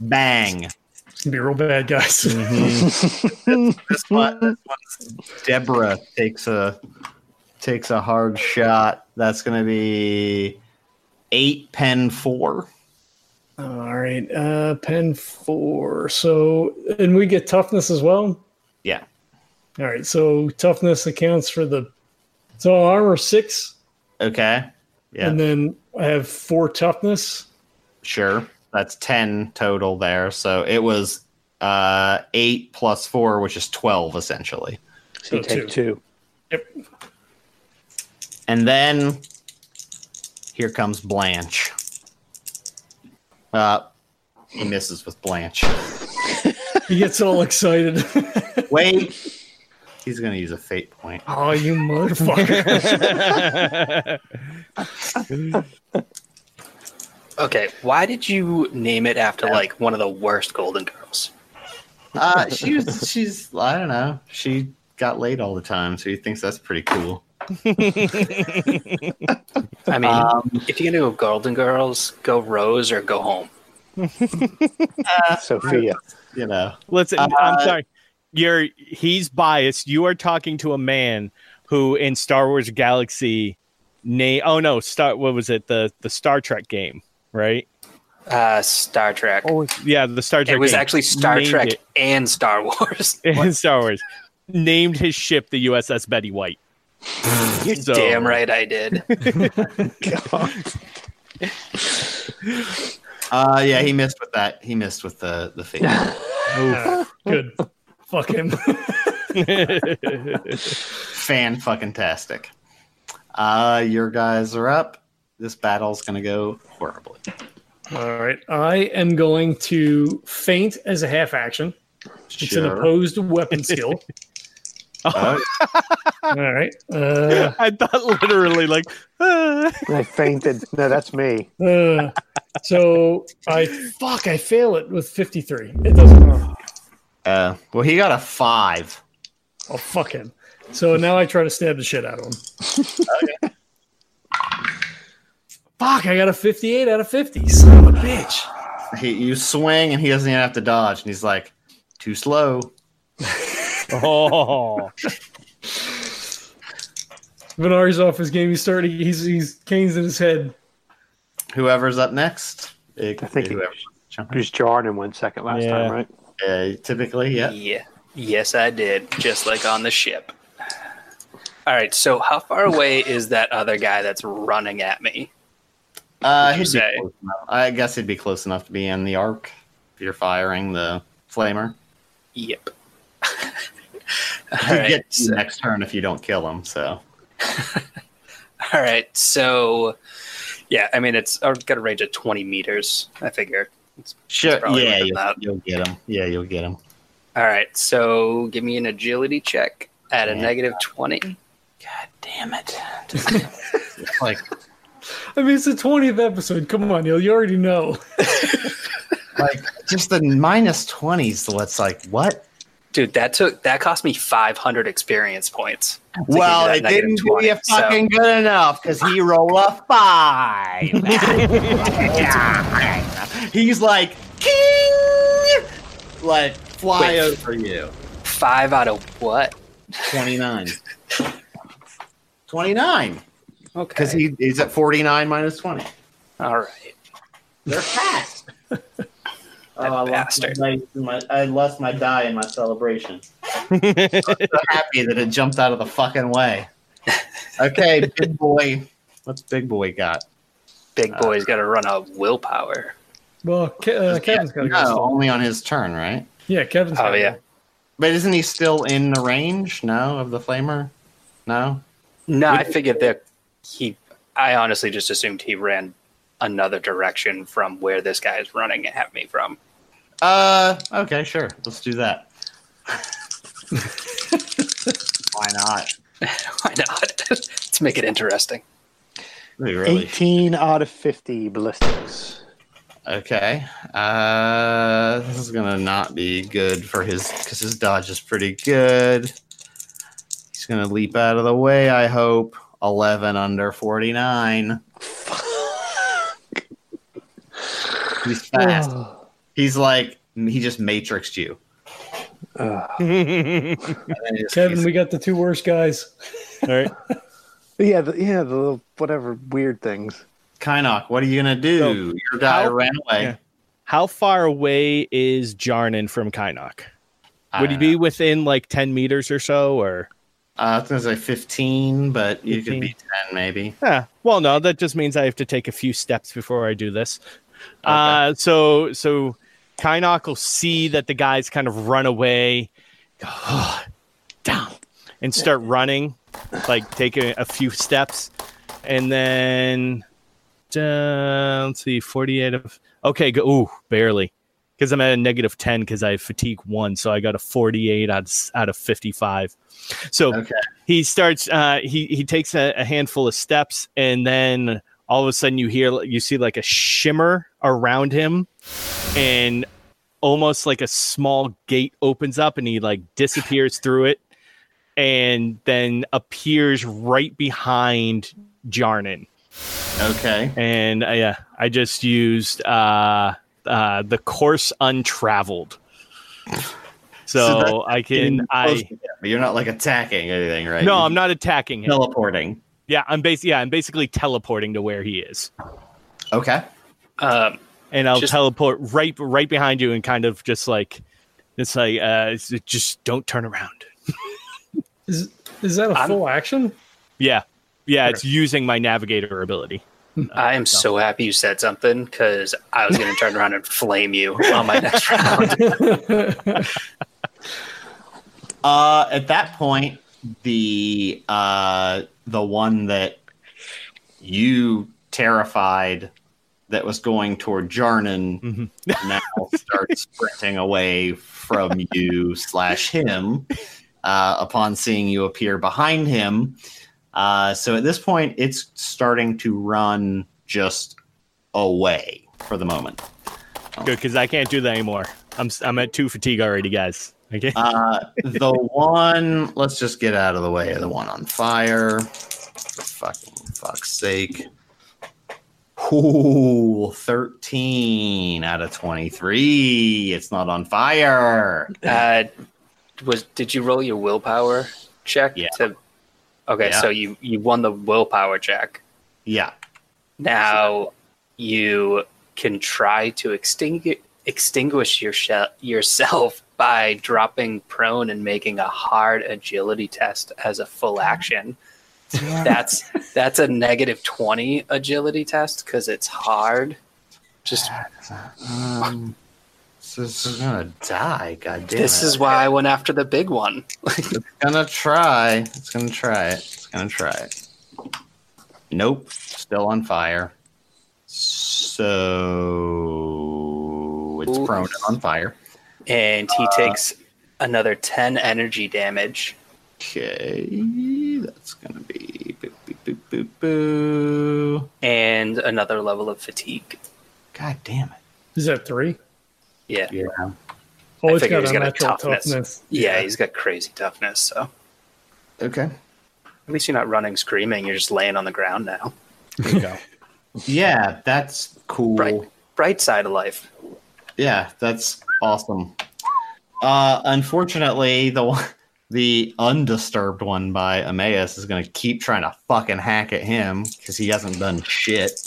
[SPEAKER 2] bang.
[SPEAKER 4] It's gonna be real bad, guys.
[SPEAKER 3] Mm-hmm.
[SPEAKER 2] This one, this one's- Deborah takes a takes a hard shot. That's going to be eight pen four.
[SPEAKER 4] all right, uh, pen four. So, and we get toughness as well.
[SPEAKER 2] Yeah.
[SPEAKER 4] All right, so toughness accounts for the so armor six,
[SPEAKER 2] Okay. Yeah.
[SPEAKER 4] and then I have four toughness.
[SPEAKER 2] Sure. That's 10 total there. So it was uh, 8 plus 4, which is 12 essentially.
[SPEAKER 5] So you
[SPEAKER 4] So
[SPEAKER 5] take two.
[SPEAKER 2] And then here comes Blanche. Uh, he misses with Blanche.
[SPEAKER 4] He gets all excited.
[SPEAKER 2] Wait. He's going to use a fate point.
[SPEAKER 4] oh, you motherfucker!
[SPEAKER 6] Okay, why did you name it after like one of the worst Golden Girls?
[SPEAKER 2] Uh, she was, she's, I don't know. She got laid all the time, so he thinks that's pretty cool.
[SPEAKER 6] I mean,
[SPEAKER 2] Um,
[SPEAKER 6] if you're gonna go Golden Girls, go Rose or go home.
[SPEAKER 5] Sophia.
[SPEAKER 2] you know.
[SPEAKER 3] Listen,
[SPEAKER 2] Uh,
[SPEAKER 3] I'm sorry. You're he's biased. You are talking to a man who in Star Wars Galaxy name oh no, Star what was it? The the Star Trek game, right?
[SPEAKER 6] Uh, Star Trek.
[SPEAKER 3] Yeah, the Star Trek
[SPEAKER 6] it was
[SPEAKER 3] game.
[SPEAKER 6] actually Star
[SPEAKER 3] Named
[SPEAKER 6] Trek
[SPEAKER 3] it-
[SPEAKER 6] and Star Wars.
[SPEAKER 3] in Star Wars. Named his ship the USS Betty White.
[SPEAKER 6] You're
[SPEAKER 3] So-
[SPEAKER 6] damn right I did.
[SPEAKER 2] Uh, yeah, he missed with that. He missed with the, the fate.
[SPEAKER 4] Uh, good. Fuck him.
[SPEAKER 2] fan fucking tastic. Uh, your guys are up. This battle's gonna go horribly.
[SPEAKER 4] All right. I am going to faint as a half action. It's an opposed weapon skill.
[SPEAKER 2] Oh,
[SPEAKER 4] All right. Uh,
[SPEAKER 3] I thought literally like ah.
[SPEAKER 5] I fainted. No, that's me.
[SPEAKER 4] uh, so I fuck. I fail it with fifty three. It doesn't. Matter.
[SPEAKER 2] uh, well, he got a five.
[SPEAKER 4] Oh fuck him. So now I try to stab the shit out of him. Fuck! I got a fifty-eight out of fifty. Son of a bitch.
[SPEAKER 2] He, you swing and he doesn't even have to dodge, and he's like, too slow.
[SPEAKER 3] oh
[SPEAKER 4] Vinari's off his game. He's starting. He's he's canes in his head.
[SPEAKER 2] Whoever's up next, it-
[SPEAKER 5] I think he-
[SPEAKER 2] whoever-
[SPEAKER 5] It was Jarden one second last
[SPEAKER 3] Yeah.
[SPEAKER 5] time, right?
[SPEAKER 2] uh, typically, yeah.
[SPEAKER 6] Yeah. Yes, I did. Just like on the ship. All right. So, how far away is that other guy that's running at me?
[SPEAKER 2] Uh,
[SPEAKER 6] Would you
[SPEAKER 2] he'd be
[SPEAKER 6] say?
[SPEAKER 2] close enough. I guess he'd be close enough to be in the arc if you're firing the flamer.
[SPEAKER 6] Yep.
[SPEAKER 2] He
[SPEAKER 6] All right.
[SPEAKER 2] gets
[SPEAKER 6] So,
[SPEAKER 2] next turn if you don't kill him. So
[SPEAKER 6] all right. So, Yeah, I mean it's I've got a range of twenty meters. I figure.
[SPEAKER 2] Sure.
[SPEAKER 6] probably
[SPEAKER 2] Yeah,
[SPEAKER 6] worth
[SPEAKER 2] you'll,
[SPEAKER 6] that.
[SPEAKER 2] you'll get him. Yeah, you'll get him.
[SPEAKER 6] All right, so give me an agility check at a
[SPEAKER 2] Yeah.
[SPEAKER 6] negative twenty.
[SPEAKER 7] Damn it.
[SPEAKER 2] Like
[SPEAKER 4] I mean, it's the 20th episode. Come on, Neil. You already know.
[SPEAKER 2] like just the minus twenties. What's like what?
[SPEAKER 6] Dude, that took that cost me five hundred experience points. to give you
[SPEAKER 2] Well,
[SPEAKER 6] that
[SPEAKER 2] it
[SPEAKER 6] negative
[SPEAKER 2] didn't do
[SPEAKER 6] 20,
[SPEAKER 2] you
[SPEAKER 6] so-
[SPEAKER 2] fucking good enough because he rolled a five. He's like king, like fly
[SPEAKER 6] Wait.
[SPEAKER 2] over you.
[SPEAKER 6] five out of what?
[SPEAKER 2] 29. 29.
[SPEAKER 6] Okay.
[SPEAKER 2] Because he, he's at 49 minus 20.
[SPEAKER 6] All right.
[SPEAKER 2] They're fast. oh, I lost,
[SPEAKER 6] bastard.
[SPEAKER 2] my, my, I lost my die in my celebration. I'm so happy that it jumped out of the fucking way. Okay, big boy. What's big boy got?
[SPEAKER 6] Big boy's got to run out of willpower.
[SPEAKER 4] Well, Ke- uh, Kevin's got to
[SPEAKER 2] no,
[SPEAKER 4] go.
[SPEAKER 2] only on his turn, right?
[SPEAKER 4] Yeah, Kevin's
[SPEAKER 6] Oh,
[SPEAKER 4] gotta
[SPEAKER 6] yeah.
[SPEAKER 4] go.
[SPEAKER 2] But isn't he still in the range? No, of the flamer. No.
[SPEAKER 6] No, I figured that he. I honestly just assumed he ran another direction from where this guy is running at me from.
[SPEAKER 2] Uh. Okay. Sure. Let's do that. Why not?
[SPEAKER 6] Why not? Let's make it interesting.
[SPEAKER 2] We really
[SPEAKER 5] 18 out of 50 ballistics.
[SPEAKER 2] Okay. Uh, this is gonna not be good for his because his dodge is pretty good. He's gonna leap out of the way. I hope eleven under forty nine. He's fast. He's like he just matrixed you.
[SPEAKER 5] Ugh.
[SPEAKER 2] And then he just-
[SPEAKER 4] Kevin,
[SPEAKER 2] he's-
[SPEAKER 4] we got the two worst guys.
[SPEAKER 3] All right.
[SPEAKER 5] yeah, the, yeah, the little whatever weird things.
[SPEAKER 2] Kynok, what are you gonna do? Your guy
[SPEAKER 3] how-
[SPEAKER 2] ran away.
[SPEAKER 3] yeah. How far away is Jarnan from Kynok?
[SPEAKER 2] I
[SPEAKER 3] Would he
[SPEAKER 2] don't
[SPEAKER 3] be
[SPEAKER 2] know.
[SPEAKER 3] within like 10 meters or so? Or,
[SPEAKER 2] Uh, I was gonna say fifteen, but you could
[SPEAKER 3] 15.
[SPEAKER 2] be ten maybe.
[SPEAKER 3] yeah. Well, no, that just means I have to take a few steps before I do this. Uh, so, so Kynok will see that the guys kind of run away, go, "Oh, down, and start running, like take a, a few steps. And then, uh, let's see, 48 of, okay, go, ooh, barely. Because I'm at a negative 10 because I have fatigue one. So I got a 48 out of, out of 55. So
[SPEAKER 2] Okay.
[SPEAKER 3] he starts, uh, he, he takes a, a handful of steps and then all of a sudden you hear you see like a shimmer around him and almost like a small gate opens up and he like disappears through it and then appears right behind Jarnin.
[SPEAKER 2] Okay.
[SPEAKER 3] And uh, yeah, I just used uh, uh, the course untraveled. So,
[SPEAKER 2] So
[SPEAKER 3] I
[SPEAKER 2] Close
[SPEAKER 3] can I
[SPEAKER 2] to him, but you're not like attacking anything, right?
[SPEAKER 3] no,
[SPEAKER 2] You're
[SPEAKER 3] I'm not attacking him.
[SPEAKER 2] teleporting.
[SPEAKER 3] Yeah, I'm basically yeah, I'm basically teleporting to where he is.
[SPEAKER 2] Okay.
[SPEAKER 6] Um,
[SPEAKER 3] and I'll
[SPEAKER 6] Just-
[SPEAKER 3] teleport right right behind you and kind of just like it's like uh it's- it just don't turn around.
[SPEAKER 4] Is, is that a
[SPEAKER 6] I'm-
[SPEAKER 4] full action?
[SPEAKER 3] Yeah. Yeah, it's using my navigator ability.
[SPEAKER 6] I am so happy you said something because I was going to turn around and flame you on my next round.
[SPEAKER 2] Uh, at that point, the uh, the one that you terrified that was going toward Jarnan
[SPEAKER 3] Mhm.
[SPEAKER 2] now starts sprinting away from you slash him. Uh, upon seeing you appear behind him, uh, so at this point, it's starting to run just away for the moment.
[SPEAKER 3] Good cuz I can't do that anymore. I'm s- I'm at 2 fatigue already, guys. Okay.
[SPEAKER 2] Uh, the one, let's just get out of the way. The one on fire. For fucking fuck's sake. Ooh, 13 out of 23. It's not on fire.
[SPEAKER 6] Uh, was did you roll your willpower check?
[SPEAKER 2] Yeah.
[SPEAKER 6] To, okay,
[SPEAKER 2] Yeah.
[SPEAKER 6] so you you won the willpower check.
[SPEAKER 2] Yeah.
[SPEAKER 6] Now you can try to extinguish extinguish your shell yourself by dropping prone and making a hard agility test as a full action. That's that's a negative twenty agility test because it's hard. Just
[SPEAKER 2] Um, so this is gonna die. God damn
[SPEAKER 6] this
[SPEAKER 2] it.
[SPEAKER 6] is why I went after the big one.
[SPEAKER 2] gonna try. It's gonna try it. It's gonna try it. Nope. Still on fire. So it's
[SPEAKER 6] Ooh.
[SPEAKER 2] prone and on fire.
[SPEAKER 6] and he takes another 10 energy damage.
[SPEAKER 2] Okay, that's gonna be boo, boo, boo, boo, boo.
[SPEAKER 6] and another level of fatigue.
[SPEAKER 2] God damn it!
[SPEAKER 4] Is that three?
[SPEAKER 6] Yeah.
[SPEAKER 2] Yeah,
[SPEAKER 4] Oh,
[SPEAKER 6] I
[SPEAKER 4] it's
[SPEAKER 6] figure
[SPEAKER 4] got
[SPEAKER 6] he's
[SPEAKER 4] a
[SPEAKER 6] got a
[SPEAKER 4] natural
[SPEAKER 6] toughness.
[SPEAKER 4] toughness.
[SPEAKER 6] Yeah, he's got crazy toughness. So
[SPEAKER 2] Okay.
[SPEAKER 6] at least you're not running screaming. You're just laying on the ground now.
[SPEAKER 2] Yeah, that's cool.
[SPEAKER 6] Right. Bright side of life.
[SPEAKER 2] Yeah, that's awesome. Uh, unfortunately, the one, the undisturbed one by Emmaus is going to keep trying to fucking hack at him because he hasn't done shit.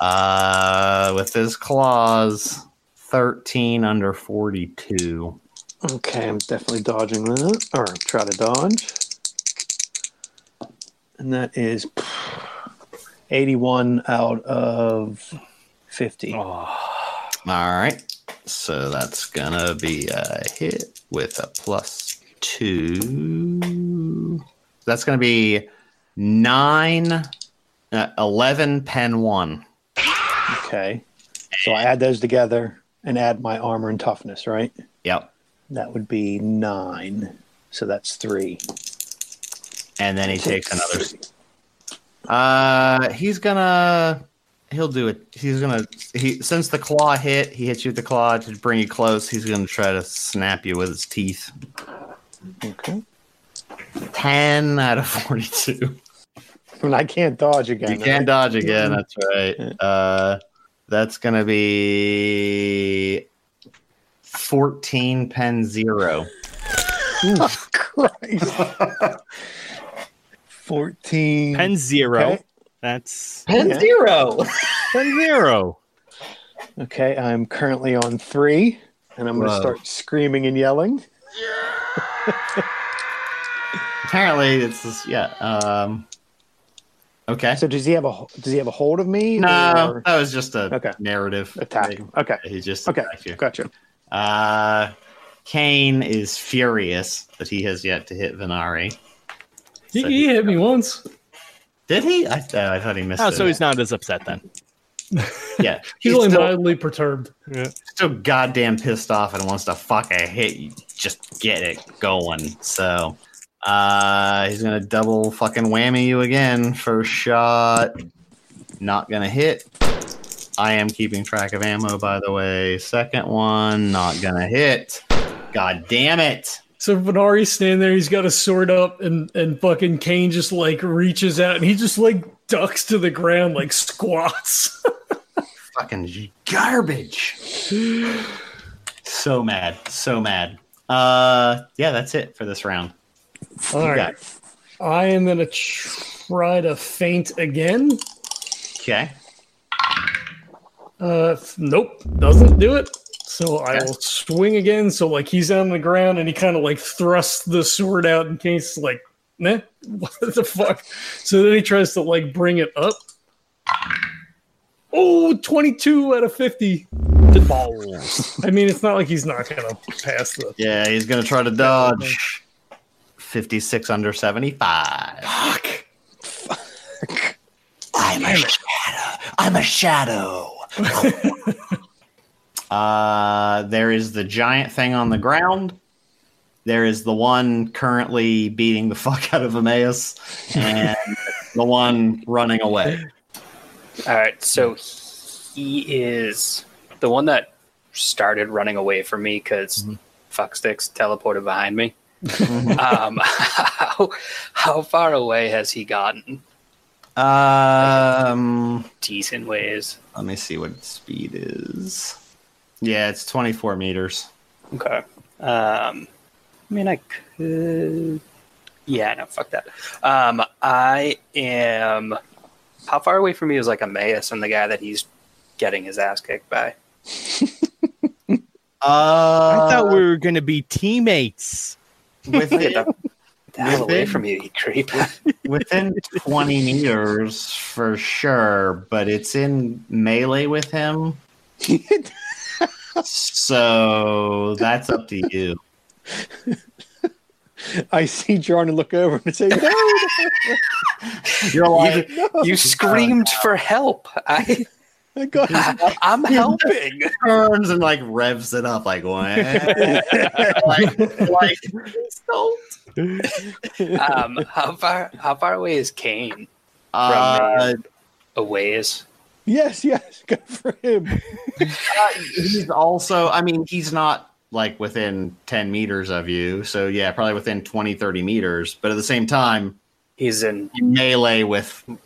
[SPEAKER 2] Uh, with his claws, thirteen under forty-two.
[SPEAKER 5] Okay, I'm definitely dodging that, or try to dodge. And that is 81 out of 50.
[SPEAKER 2] Oh. All right, so that's gonna be a hit with a plus two. That's gonna be nine, uh, eleven pen one.
[SPEAKER 5] Okay. So I add those together and add my armor and toughness, right?
[SPEAKER 2] Yep.
[SPEAKER 5] That would be nine. So that's three.
[SPEAKER 2] And then he takes another. Uh, he's gonna. He'll do it. He's gonna. He since the claw hit, he hits you with the claw to bring you close. He's gonna try to snap you with his teeth.
[SPEAKER 5] Okay.
[SPEAKER 2] Ten out of forty-two.
[SPEAKER 5] And I can't dodge again.
[SPEAKER 2] You can
[SPEAKER 5] right?
[SPEAKER 2] dodge again. That's right. Uh, that's gonna be fourteen pen zero.
[SPEAKER 5] Ooh, Christ. 14.
[SPEAKER 3] Pen zero.
[SPEAKER 5] Okay.
[SPEAKER 3] That's
[SPEAKER 5] Pen Yeah.
[SPEAKER 2] zero.
[SPEAKER 3] pen zero.
[SPEAKER 5] Okay, I'm currently on three, and I'm going to
[SPEAKER 2] Whoa.
[SPEAKER 5] start screaming and yelling.
[SPEAKER 2] Apparently, it's this, yeah. Um, okay.
[SPEAKER 5] So does he have a does he have a hold of me?
[SPEAKER 2] No,
[SPEAKER 5] or
[SPEAKER 2] that was just a
[SPEAKER 5] Okay.
[SPEAKER 2] narrative
[SPEAKER 5] attack.
[SPEAKER 2] thing.
[SPEAKER 5] Okay,
[SPEAKER 2] He just
[SPEAKER 5] Okay.
[SPEAKER 2] attacked you.
[SPEAKER 5] gotcha.
[SPEAKER 2] Uh, Kane is furious that he has yet to hit Venari.
[SPEAKER 4] He,
[SPEAKER 2] So
[SPEAKER 4] he hit me once.
[SPEAKER 2] Did he? I, oh, I thought he missed.
[SPEAKER 3] Oh,
[SPEAKER 2] it.
[SPEAKER 3] so he's not as upset then.
[SPEAKER 2] yeah.
[SPEAKER 4] He's,
[SPEAKER 2] He's
[SPEAKER 4] only
[SPEAKER 2] still,
[SPEAKER 4] mildly perturbed.
[SPEAKER 2] still goddamn pissed off and wants to fuck a hit. You just get it going. So uh, he's gonna double fucking whammy you again. First shot, not gonna hit. I am keeping track of ammo, by the way. Second one, not gonna hit. God damn it.
[SPEAKER 4] So Venari's standing there, he's got a sword up, and and fucking Kane just like reaches out, and he just like ducks to the ground, like squats.
[SPEAKER 2] fucking garbage. So mad, so mad. Uh, yeah, that's it for this round.
[SPEAKER 4] All
[SPEAKER 2] Yeah.
[SPEAKER 4] right, I am gonna try to faint again.
[SPEAKER 2] Okay.
[SPEAKER 4] Uh, f- nope, doesn't do it. So I
[SPEAKER 2] Okay.
[SPEAKER 4] will swing again. So like he's on the ground, and he kind of like thrusts the sword out in case like, nah, what the fuck. So then he tries to like bring it up. Oh, 22 out of 50. I mean, it's not like he's not going to pass the
[SPEAKER 2] Yeah, he's gonna try to dodge. Fifty-six under seventy-five.
[SPEAKER 4] fuck.
[SPEAKER 7] I'm a shadow. I'm a shadow.
[SPEAKER 2] Uh, there is the giant thing on the ground. There is the one currently beating the fuck out of Emmaus, and the one running away.
[SPEAKER 6] All right. So he is the one that started running away from me because fucksticks teleported behind me. um, how, how far away has he gotten?
[SPEAKER 2] Um,
[SPEAKER 6] Decent ways.
[SPEAKER 2] Let me see what its speed is. Yeah, it's 24 meters.
[SPEAKER 6] Okay. Um, I mean, I could. Yeah, no, fuck that. Um, I am. How far away from me is like Emmaus and the guy that he's getting his ass kicked by?
[SPEAKER 2] Uh,
[SPEAKER 3] I thought we were gonna be teammates.
[SPEAKER 6] Get
[SPEAKER 2] within,
[SPEAKER 6] the, the hell away
[SPEAKER 2] Within-
[SPEAKER 6] from you, you creep.
[SPEAKER 2] within 20 meters for sure, but it's in melee with him. so that's up to you.
[SPEAKER 5] I see Jarn and look over and say, "No!"
[SPEAKER 2] You're like,
[SPEAKER 6] You, you screamed for help. I,
[SPEAKER 5] I got
[SPEAKER 6] I'm helping.
[SPEAKER 2] turns and like revs it up, like, "Wah." like, like,
[SPEAKER 6] Um, how far? How far away is Kane?
[SPEAKER 2] uh,
[SPEAKER 6] A ways.
[SPEAKER 5] yes, yes, good for him.
[SPEAKER 2] he's also, I mean, he's not like within 10 meters of you. So, yeah, probably within 20, 30 meters. But at the same time,
[SPEAKER 6] He's in
[SPEAKER 2] you melee with
[SPEAKER 6] him.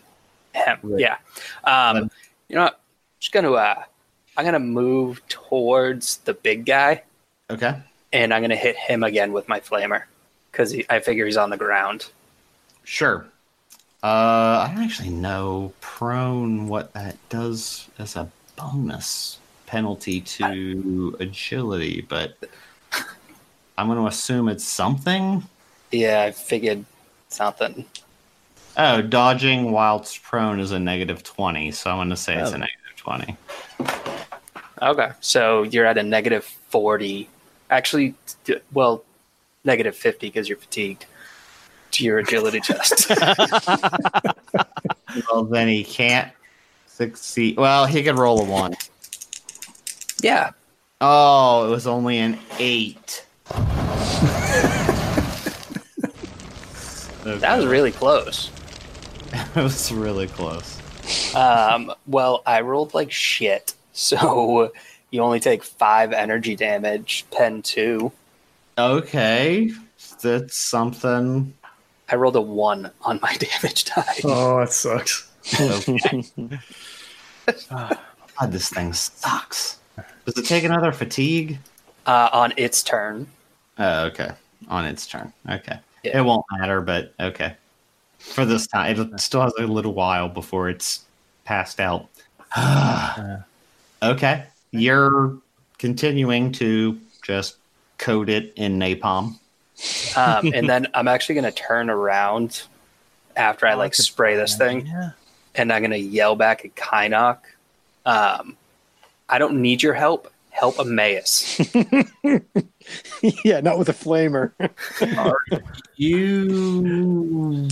[SPEAKER 2] Right.
[SPEAKER 6] Yeah. Um, you know, what? just gonna. Uh, I'm gonna move towards the big guy,
[SPEAKER 2] Okay.
[SPEAKER 6] and I'm gonna hit him again with my flamer, because I figure he's on the ground.
[SPEAKER 2] Sure. Uh, I don't actually know prone what that does as a bonus penalty to agility, but I'm going to assume it's something.
[SPEAKER 6] Yeah, I figured something.
[SPEAKER 2] Oh, dodging whilst prone is a negative 20, so I'm going to say it's a negative 20.
[SPEAKER 6] Okay, so you're at a negative forty. Actually, d- well, negative fifty because you're fatigued. To your agility test.
[SPEAKER 2] Well, then he can't succeed. Well, he could roll a 1.
[SPEAKER 6] yeah.
[SPEAKER 2] Oh, it was only an 8.
[SPEAKER 6] That was really close.
[SPEAKER 2] That was really close.
[SPEAKER 6] Um, well, I rolled like shit, so you only take five energy damage, pen two.
[SPEAKER 2] Okay, that's something.
[SPEAKER 6] I rolled a one on my damage die.
[SPEAKER 4] Oh, that sucks.
[SPEAKER 2] Okay. God, this thing sucks. Does it take another fatigue?
[SPEAKER 6] Uh, on its turn,
[SPEAKER 2] Oh, okay. On its turn. Okay.
[SPEAKER 6] Yeah.
[SPEAKER 2] It won't matter, but okay. For this time, it still has a little while before it's passed out. Uh. okay. You're continuing to just coat it in napalm.
[SPEAKER 6] um, and then I'm actually gonna turn around after I like spray this thing, and I'm gonna yell back at Kynok. Um, I don't need your help. Help Emmaus.
[SPEAKER 5] yeah, not with a flamer.
[SPEAKER 2] You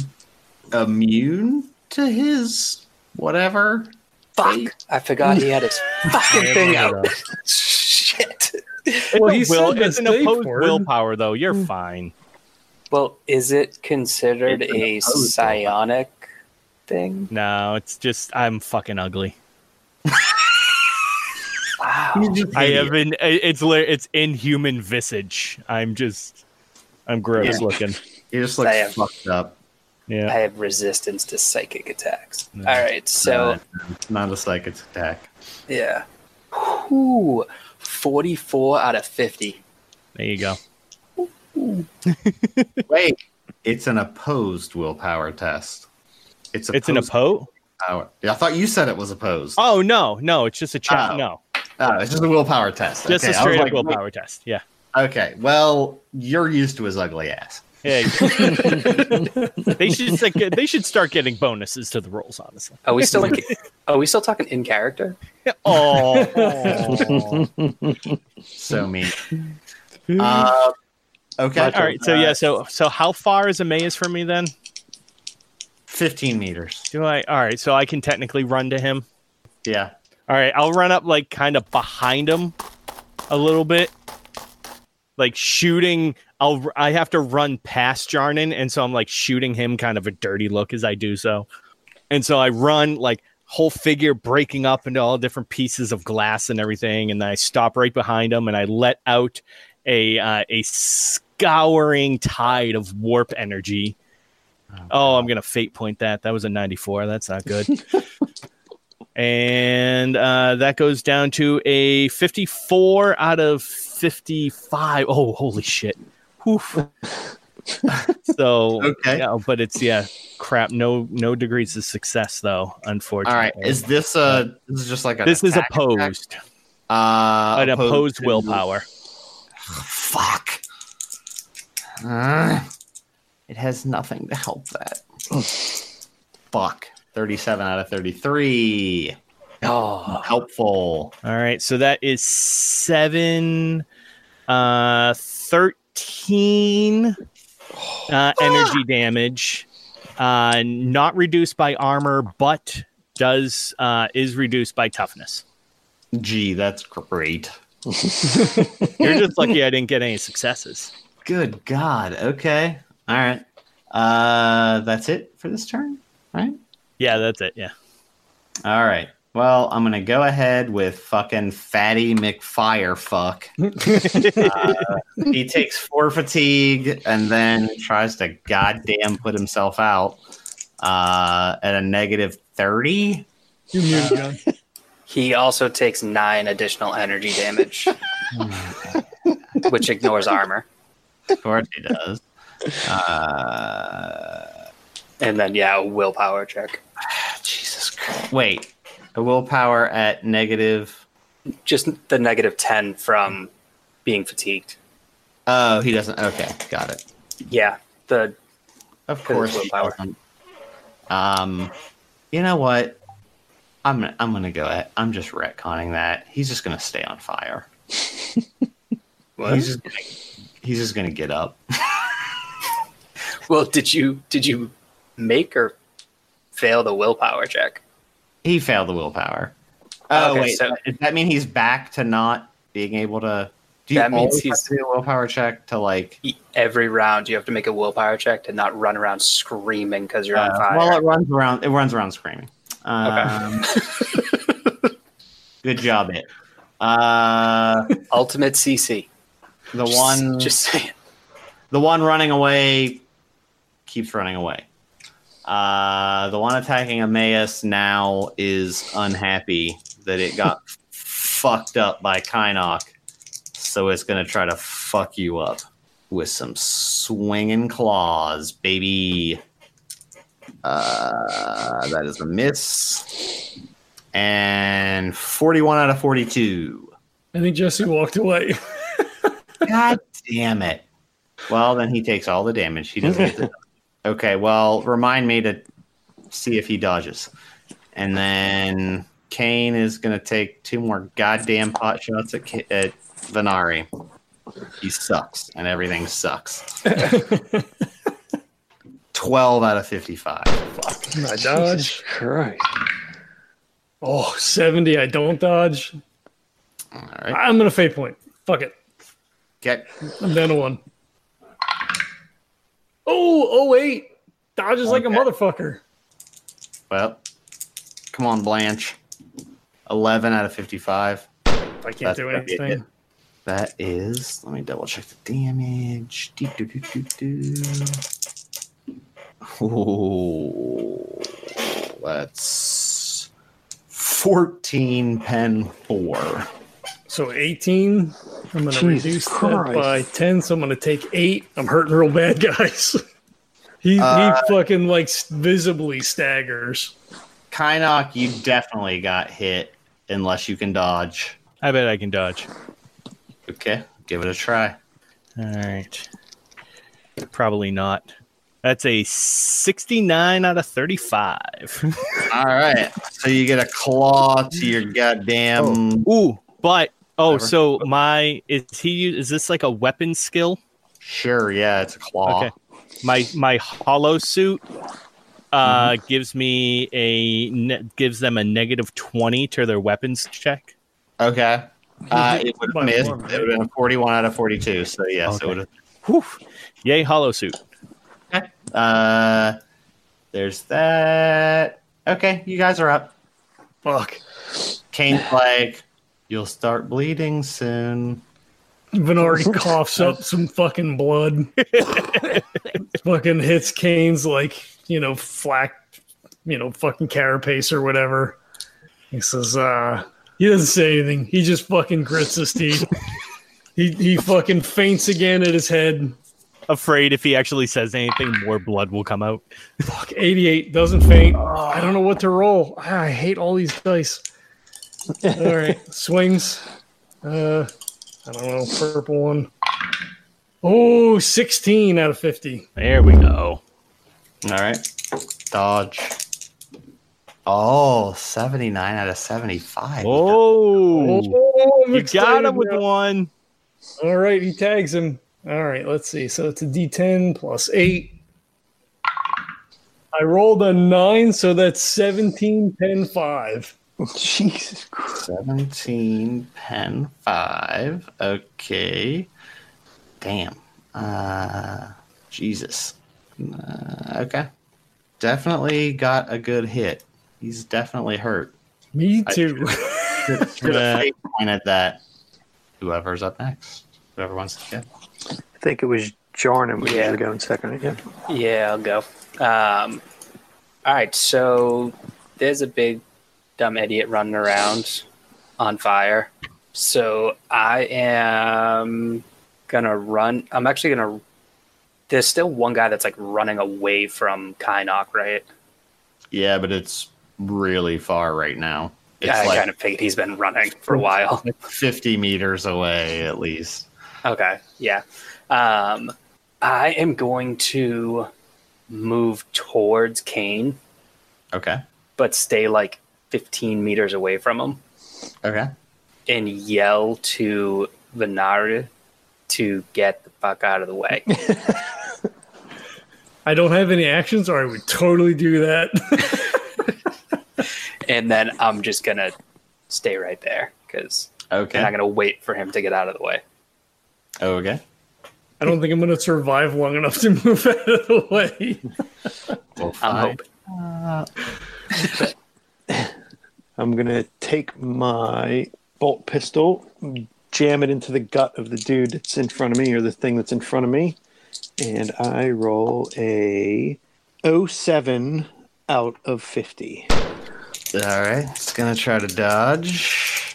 [SPEAKER 2] immune to his whatever?
[SPEAKER 6] Fuck! I forgot he had his fucking thing out. Shit.
[SPEAKER 4] Well,
[SPEAKER 3] a
[SPEAKER 4] he
[SPEAKER 3] will,
[SPEAKER 4] said the
[SPEAKER 3] it's an
[SPEAKER 4] safe
[SPEAKER 3] opposed
[SPEAKER 4] word.
[SPEAKER 3] willpower, though. You're
[SPEAKER 4] Hmm.
[SPEAKER 3] fine.
[SPEAKER 6] Well, is it considered
[SPEAKER 2] It's an
[SPEAKER 6] a
[SPEAKER 2] opposed one.
[SPEAKER 6] psionic thing?
[SPEAKER 3] No, it's just I'm fucking ugly.
[SPEAKER 2] Ah.
[SPEAKER 6] Wow.
[SPEAKER 3] I have an it's li- it's inhuman visage. I'm just I'm gross looking.
[SPEAKER 2] He just
[SPEAKER 6] I am.
[SPEAKER 2] looks fucked up.
[SPEAKER 6] I
[SPEAKER 3] Yeah.
[SPEAKER 6] have resistance to psychic attacks.
[SPEAKER 3] Mm.
[SPEAKER 6] All right, so
[SPEAKER 2] Uh, it's not a psychic attack.
[SPEAKER 6] yeah, Whew, forty-four out of fifty.
[SPEAKER 3] There you go.
[SPEAKER 2] Wait, it's an opposed willpower test. It's,
[SPEAKER 3] It's an oppo.
[SPEAKER 2] willpower. Yeah, I thought you said it was opposed. Oh,
[SPEAKER 3] Oh no, no, it's just a check.
[SPEAKER 2] Oh.
[SPEAKER 3] no,
[SPEAKER 2] it's just a willpower test.
[SPEAKER 3] just
[SPEAKER 2] okay,
[SPEAKER 3] a
[SPEAKER 2] I was
[SPEAKER 3] straight
[SPEAKER 2] like,
[SPEAKER 3] up willpower test. Yeah.
[SPEAKER 2] Okay, well, you're used to his ugly ass.
[SPEAKER 3] Yeah. they should just get- they should start getting bonuses to the rolls, honestly.
[SPEAKER 6] Are we still? In, are we still talking in character?
[SPEAKER 3] Oh.
[SPEAKER 2] So mean. Uh, okay.
[SPEAKER 3] All right. So
[SPEAKER 2] uh,
[SPEAKER 3] yeah. So so how far is Emmaus from me then?
[SPEAKER 2] Fifteen meters.
[SPEAKER 3] Do I? All right. So I can technically run to him.
[SPEAKER 2] Yeah.
[SPEAKER 3] All right, I'll run up like kind of behind him a little bit. Like shooting, I'll I have to run past Jarnan, and so I'm like shooting him kind of a dirty look as I do so. And so I run like whole figure breaking up into all different pieces of glass and everything, and I stop right behind him and I let out a uh, a scouring tide of warp energy. Oh, I'm gonna fate point that. That was a 94. That's not good and uh, that goes down to a 54 out of 55. Oh, holy shit! Oof. so
[SPEAKER 2] Okay.
[SPEAKER 3] yeah, but it's yeah, crap. No, no degrees of success though. Unfortunately,
[SPEAKER 2] All right. Is this a? This is just like a.
[SPEAKER 3] this is opposed?
[SPEAKER 2] Uh,
[SPEAKER 3] An opposed
[SPEAKER 2] to-
[SPEAKER 3] willpower.
[SPEAKER 2] Fuck. Uh, it has nothing to help that. Fuck. 37 out of 33.
[SPEAKER 6] Oh,
[SPEAKER 2] Helpful.
[SPEAKER 3] All right, so that is seven, uh, 13
[SPEAKER 2] Ah!
[SPEAKER 3] uh, energy damage, uh, not reduced by armor, but does uh, is reduced by toughness.
[SPEAKER 2] Gee, that's great.
[SPEAKER 3] You're just lucky I didn't get any successes.
[SPEAKER 2] Good God. Okay. All right. Uh, that's it for this turn, right?
[SPEAKER 3] Yeah, that's it. Yeah.
[SPEAKER 2] All right. Well, I'm gonna go ahead with fucking Fatty McFirefuck. uh, he takes four fatigue and then tries to goddamn put himself out uh, at a negative thirty.
[SPEAKER 4] You muted, John.
[SPEAKER 6] He also takes nine additional energy damage, which ignores armor.
[SPEAKER 2] Of course he does. Uh,
[SPEAKER 6] And then, yeah, a willpower check.
[SPEAKER 2] Jesus Christ! Wait, a willpower at negative.
[SPEAKER 6] Just the negative 10 from being fatigued.
[SPEAKER 2] Oh, he doesn't. Okay, got it.
[SPEAKER 6] Yeah. The
[SPEAKER 2] Of
[SPEAKER 6] Because it's
[SPEAKER 2] course, she
[SPEAKER 6] willpower.
[SPEAKER 2] doesn't. Um, you know what? I'm gonna, I'm gonna go. At, I'm just retconning that. He's just gonna stay on fire. He's just gonna, he's just gonna get up.
[SPEAKER 6] well, did you did you make or fail the willpower check?
[SPEAKER 2] He failed the willpower. Oh
[SPEAKER 6] Okay,
[SPEAKER 2] wait,
[SPEAKER 6] so-
[SPEAKER 2] does that mean he's back to not being able to? Do you
[SPEAKER 6] That means
[SPEAKER 2] always
[SPEAKER 6] he's-
[SPEAKER 2] have to do a willpower check to like?
[SPEAKER 6] E- Every round you have to make a willpower check to not run around screaming because you're on
[SPEAKER 2] Uh,
[SPEAKER 6] fire.
[SPEAKER 2] Well, it runs around. It runs around screaming. Um, good job, it. Uh,
[SPEAKER 6] Ultimate CC.
[SPEAKER 2] the
[SPEAKER 6] Just-
[SPEAKER 2] one
[SPEAKER 6] Just saying.
[SPEAKER 2] The one running away keeps running away. Uh, the one attacking Emmaus now is unhappy that it got fucked up by Kynok, so it's gonna try to fuck you up with some swinging claws, baby. Uh, that is a miss, and forty-one out of forty-two.
[SPEAKER 4] I think Jesse walked away.
[SPEAKER 2] God damn it. Well, then he takes all the damage. He doesn't. Get to okay. Well, remind me to see if he dodges, and then Kane is going to take two more goddamn pot shots at Ki- at Venari. He sucks, and everything sucks. Twelve out of fifty-five. Fuck.
[SPEAKER 4] I dodge.
[SPEAKER 5] Jesus Christ.
[SPEAKER 4] Oh, 70. I don't dodge.
[SPEAKER 2] All right.
[SPEAKER 4] I'm gonna fade point. Fuck it.
[SPEAKER 2] Okay.
[SPEAKER 4] I'm down to one. Oh, oh wait. Dodges like a
[SPEAKER 2] Okay.
[SPEAKER 4] motherfucker.
[SPEAKER 2] Well, come on, Blanche. Eleven out of fifty-five.
[SPEAKER 4] I can't do
[SPEAKER 2] That's right.
[SPEAKER 4] anything.
[SPEAKER 2] That is. Let me double check the damage. Doo, doo, doo, doo, doo. Oh, that's fourteen pen four.
[SPEAKER 4] So 18. I'm gonna
[SPEAKER 5] Jesus
[SPEAKER 4] reduce that
[SPEAKER 5] Christ.
[SPEAKER 4] by 10. So I'm gonna take eight. I'm hurting real bad, guys. he
[SPEAKER 2] Uh,
[SPEAKER 4] he fucking like s- visibly staggers.
[SPEAKER 2] Kynok, you definitely got hit unless you can dodge.
[SPEAKER 3] I bet I can dodge.
[SPEAKER 2] Okay, give it a try.
[SPEAKER 3] All right. Probably not. That's a 69 out of 35.
[SPEAKER 2] All right, so you get a claw to your goddamn.
[SPEAKER 3] Ooh, but oh,
[SPEAKER 2] Whatever.
[SPEAKER 3] so my is he u- is this like a weapon skill?
[SPEAKER 2] Sure, yeah, it's a claw.
[SPEAKER 3] Okay. My my hollow suit uh gives me a ne- gives them a negative 20 to their weapons check.
[SPEAKER 2] Okay. Uh, it would
[SPEAKER 4] By
[SPEAKER 2] have missed.
[SPEAKER 4] four,
[SPEAKER 2] It would
[SPEAKER 4] right?
[SPEAKER 2] have been a 41 out of 42. So, yes, it
[SPEAKER 3] Okay.
[SPEAKER 2] would have.
[SPEAKER 3] Whew. Yay, hollow suit.
[SPEAKER 2] Uh, there's that. Okay, you guys are up.
[SPEAKER 4] Fuck.
[SPEAKER 2] Kane's like, you'll start bleeding soon.
[SPEAKER 4] Venari coughs up some fucking blood. fucking hits Kane's like, you know, flack, you know, fucking carapace or whatever. He says, uh, he doesn't say anything. He just fucking grits his teeth. he he fucking faints again at his head.
[SPEAKER 3] Afraid if he actually says anything more blood will come out.
[SPEAKER 4] Fuck, 88 doesn't faint. I don't know what to roll. Ah, I hate all these dice. All right, swings. Uh, I don't know, purple one. Oh, 16 out of 50.
[SPEAKER 3] There we go.
[SPEAKER 2] All right. Dodge. Oh, 79 out of 75.
[SPEAKER 3] Oh.
[SPEAKER 4] Oh, I'm
[SPEAKER 3] You got
[SPEAKER 4] excited
[SPEAKER 3] him with
[SPEAKER 4] now.
[SPEAKER 3] one.
[SPEAKER 4] All right, he tags him. All right, let's see. So it's a D10 plus eight. I rolled a nine, so that's 17, 10, 5.
[SPEAKER 5] Jesus Christ.
[SPEAKER 2] 17, pen, 5. Okay. Damn. Uh, Jesus. Uh, okay. Definitely got a good hit. He's definitely hurt.
[SPEAKER 4] Me
[SPEAKER 2] I-
[SPEAKER 4] too.
[SPEAKER 2] Should should
[SPEAKER 3] Yeah.
[SPEAKER 2] have fake point at that. Whoever's up next. Whoever wants to get.
[SPEAKER 5] I think it was Jarnum was
[SPEAKER 6] Yeah.
[SPEAKER 5] yeah. going second. Yeah.
[SPEAKER 6] Yeah, I'll go. Um, all right, so there's a big dumb idiot running around on fire. So I am gonna run. I'm actually gonna. There's still one guy that's like running away from Kynok, right?
[SPEAKER 2] Yeah, but it's really far right now. It's
[SPEAKER 6] Yeah, I
[SPEAKER 2] like
[SPEAKER 6] kind of figured he's been running for a while.
[SPEAKER 2] 50 meters away at least.
[SPEAKER 6] Okay, yeah. Um, I am going to move towards Kane,
[SPEAKER 2] Okay.
[SPEAKER 6] but stay like 15 meters away from him.
[SPEAKER 2] Okay.
[SPEAKER 6] and yell to Venari to get the fuck out of the way.
[SPEAKER 4] I don't have any actions, or I would totally do that.
[SPEAKER 6] and then I'm just gonna stay right there because
[SPEAKER 2] Okay.
[SPEAKER 6] I'm not gonna wait for him to get out of the way.
[SPEAKER 2] Okay.
[SPEAKER 4] I don't think I'm going to survive long enough to move out of the way.
[SPEAKER 6] I'm
[SPEAKER 2] Fine.
[SPEAKER 6] hoping.
[SPEAKER 5] I'm going to take my bolt pistol, jam it into the gut of the dude that's in front of me or the thing that's in front of me, and I roll a 07 out of 50.
[SPEAKER 2] All right, it's gonna try to dodge.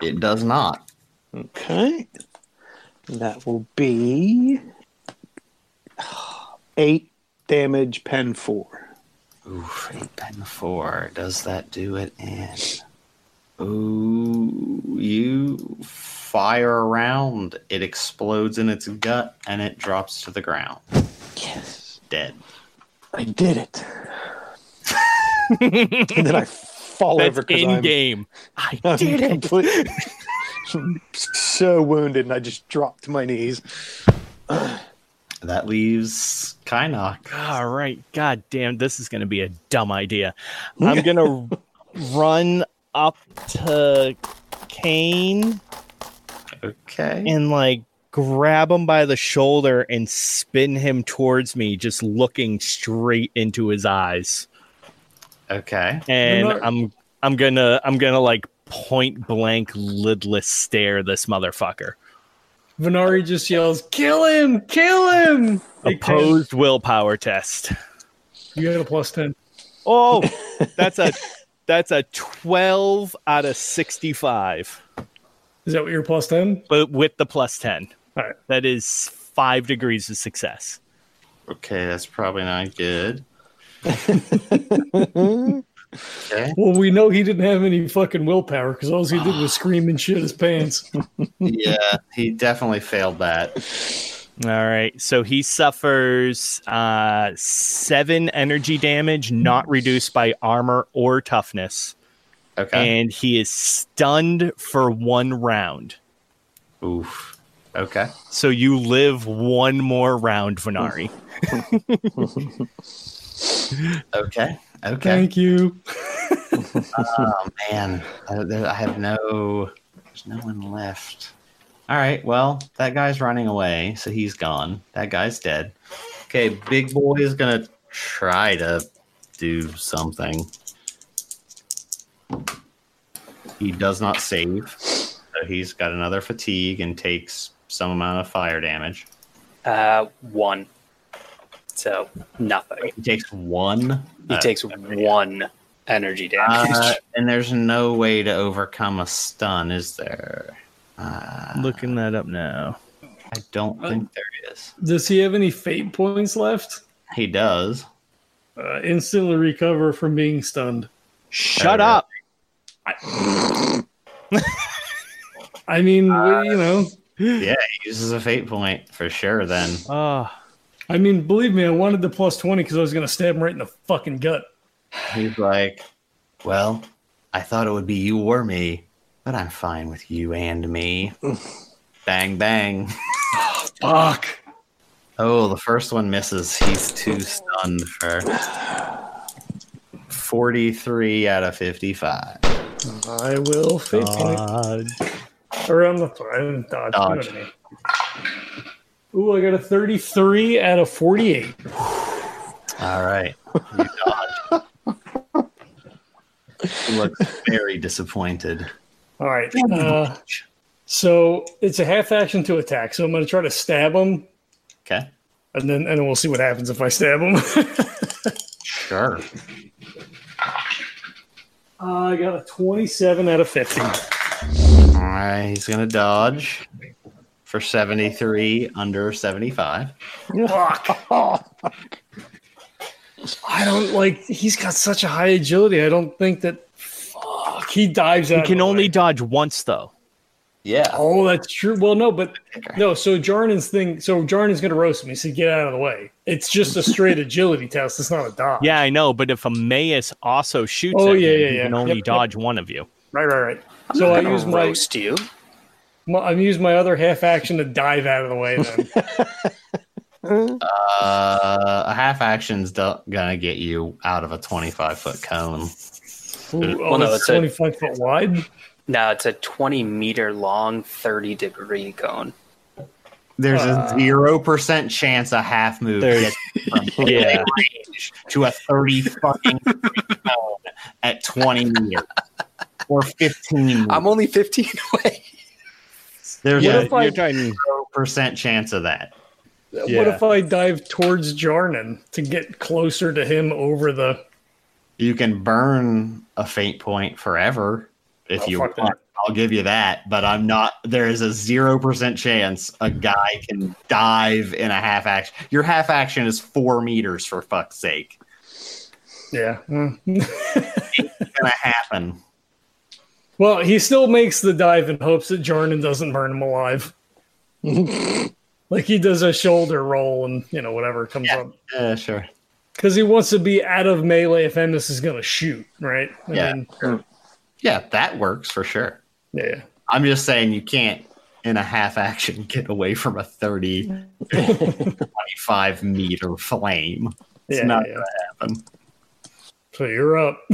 [SPEAKER 2] It does not.
[SPEAKER 5] Okay. That will be 8 damage, pen 4.
[SPEAKER 2] Oof, eight pen four. Does that do it in? Ooh, you fire around. It explodes in its gut and it drops to the ground.
[SPEAKER 5] Yes.
[SPEAKER 2] Dead.
[SPEAKER 5] I did it. and then I fall
[SPEAKER 3] That's
[SPEAKER 5] over because
[SPEAKER 3] in
[SPEAKER 5] I'm
[SPEAKER 3] game. I
[SPEAKER 5] I'm
[SPEAKER 3] did it.
[SPEAKER 5] completely- so wounded, and I just dropped to my knees.
[SPEAKER 2] That leaves Kynok.
[SPEAKER 3] All right. God damn, this is going to be a dumb idea. I'm going to run up to Kane
[SPEAKER 2] Okay.
[SPEAKER 3] and like grab him by the shoulder and spin him towards me, just looking straight into his eyes.
[SPEAKER 2] Okay.
[SPEAKER 3] And
[SPEAKER 4] You're not-
[SPEAKER 3] I'm I'm going to I'm going to like point blank lidless stare this motherfucker.
[SPEAKER 4] Venari just yells, "Kill him! Kill him!" Take
[SPEAKER 3] Opposed willpower test.
[SPEAKER 4] 10. You got a plus ten.
[SPEAKER 3] Oh, that's a that's a 12 out of 65,
[SPEAKER 4] Is that what your plus ten?
[SPEAKER 3] but with the plus 10.
[SPEAKER 4] All right.
[SPEAKER 3] That is 5 degrees of success.
[SPEAKER 2] Okay, that's probably not good. okay.
[SPEAKER 4] Well, we know he didn't have any fucking willpower because all he did was scream and shit his pants.
[SPEAKER 2] Yeah, he definitely failed that.
[SPEAKER 3] All right. So he suffers uh 7 energy damage not reduced by armor or toughness
[SPEAKER 2] Okay.
[SPEAKER 3] and he is stunned for 1 round.
[SPEAKER 2] Oof. Okay.
[SPEAKER 3] So you live one more round, Venari.
[SPEAKER 2] Okay. Okay.
[SPEAKER 4] Thank you.
[SPEAKER 2] Man, I, there, I have no. There's no one left. All right. Well, that guy's running away, so he's gone. That guy's dead. Okay, big boy is gonna try to do something. He does not save, so he's got another fatigue and takes some amount of fire damage.
[SPEAKER 6] Uh, one. So nothing.
[SPEAKER 2] He takes one.
[SPEAKER 6] He
[SPEAKER 2] Uh,
[SPEAKER 6] takes one energy damage.
[SPEAKER 2] Uh, and there's no way to overcome a stun, is there? Uh,
[SPEAKER 3] Looking that up now.
[SPEAKER 2] I don't think there is.
[SPEAKER 4] Does he have any fate points left?
[SPEAKER 2] He does.
[SPEAKER 4] Uh, instantly recover from being stunned.
[SPEAKER 3] Shut
[SPEAKER 2] Uh,
[SPEAKER 3] up.
[SPEAKER 4] I mean, we- you know,
[SPEAKER 2] Yeah, he uses a fate point for sure. Then
[SPEAKER 3] Oh,
[SPEAKER 4] I mean, believe me, I wanted the plus twenty because I was gonna stab him right in the fucking gut.
[SPEAKER 2] he's like, "Well, I thought it would be you or me, but I'm fine with you and me." bang bang.
[SPEAKER 4] Fuck.
[SPEAKER 2] Oh, the first one misses. He's too stunned for 43 out of 55.
[SPEAKER 4] I will fate point. Or I'm not sorry, I didn't dodge.
[SPEAKER 2] Dodge.
[SPEAKER 4] You know what I mean. Ooh, I got a 33 out of 48.
[SPEAKER 2] All right. You dodge. He looks very disappointed.
[SPEAKER 4] All right. Uh, so it's a half action to attack. So I'm going to try to stab him,
[SPEAKER 2] Okay.
[SPEAKER 4] and then and then we'll see what happens if I stab him. uh,
[SPEAKER 2] Sure.
[SPEAKER 4] Uh, I got a 27 out of 50.
[SPEAKER 2] All right. He's going to dodge for 73 under 75.
[SPEAKER 4] I don't like. He's got such a high agility. I don't think that. Fuck. He dives out.
[SPEAKER 3] He
[SPEAKER 4] of
[SPEAKER 3] can
[SPEAKER 4] the
[SPEAKER 3] only
[SPEAKER 4] way.
[SPEAKER 3] dodge once though.
[SPEAKER 2] Yeah.
[SPEAKER 4] Oh, that's true. Well, no, but no. So Jarnan's thing. So Jarnan's going to roast him. He said, "Get out of the way." It's just a straight agility test. It's not a dodge.
[SPEAKER 3] Yeah, I know, but if Emmaus also shoots
[SPEAKER 4] Oh,
[SPEAKER 3] at
[SPEAKER 4] yeah,
[SPEAKER 3] him,
[SPEAKER 4] yeah,
[SPEAKER 3] he
[SPEAKER 4] yeah.
[SPEAKER 3] can only
[SPEAKER 4] Yep, yep.
[SPEAKER 3] dodge one of you.
[SPEAKER 4] Right. Right. Right. so I
[SPEAKER 6] gonna
[SPEAKER 4] use my,
[SPEAKER 6] roast you.
[SPEAKER 4] my I'm using my other half action to dive out of the way. Then
[SPEAKER 2] Uh, a half action's do- going to get you out of a 25 foot cone.
[SPEAKER 4] Ooh, oh,
[SPEAKER 6] Well, no,
[SPEAKER 4] it's
[SPEAKER 6] it's a-
[SPEAKER 4] 25 foot wide.
[SPEAKER 6] No, it's a 20 meter long, 30 degree cone.
[SPEAKER 2] There's a zero percent chance a half move
[SPEAKER 3] There's-
[SPEAKER 2] gets from
[SPEAKER 3] yeah.
[SPEAKER 2] range to a thirty fucking cone at twenty meters or fifteen.
[SPEAKER 6] I'm only 15 away.
[SPEAKER 2] There's
[SPEAKER 3] yeah,
[SPEAKER 4] What if I-
[SPEAKER 3] you're trying-
[SPEAKER 2] a percent chance of that.
[SPEAKER 4] What
[SPEAKER 3] Yeah.
[SPEAKER 4] if I dive towards Jarnan to get closer to him over the?
[SPEAKER 2] You can burn a fate point forever if
[SPEAKER 4] Oh,
[SPEAKER 2] you
[SPEAKER 4] fuck
[SPEAKER 2] want.
[SPEAKER 4] that.
[SPEAKER 2] I'll give you that, but I'm not. There is a zero percent chance a guy can dive in a half action. Your half action is four meters for fuck's sake.
[SPEAKER 4] Yeah. Mm.
[SPEAKER 2] It's gonna happen.
[SPEAKER 4] Well, he still makes the dive in hopes that Jarnan doesn't burn him alive. like he does a shoulder roll and you know whatever comes up
[SPEAKER 2] Yeah, sure.
[SPEAKER 4] because he wants to be out of melee if Emmis is going to shoot, right? I
[SPEAKER 2] Yeah.
[SPEAKER 4] mean,
[SPEAKER 2] Yeah, that works for sure.
[SPEAKER 4] yeah.
[SPEAKER 2] I'm just saying you can't in a half action get away from a 30 25 meter flame. It's
[SPEAKER 4] yeah,
[SPEAKER 2] not
[SPEAKER 4] yeah.
[SPEAKER 2] gonna happen.
[SPEAKER 4] So you're up.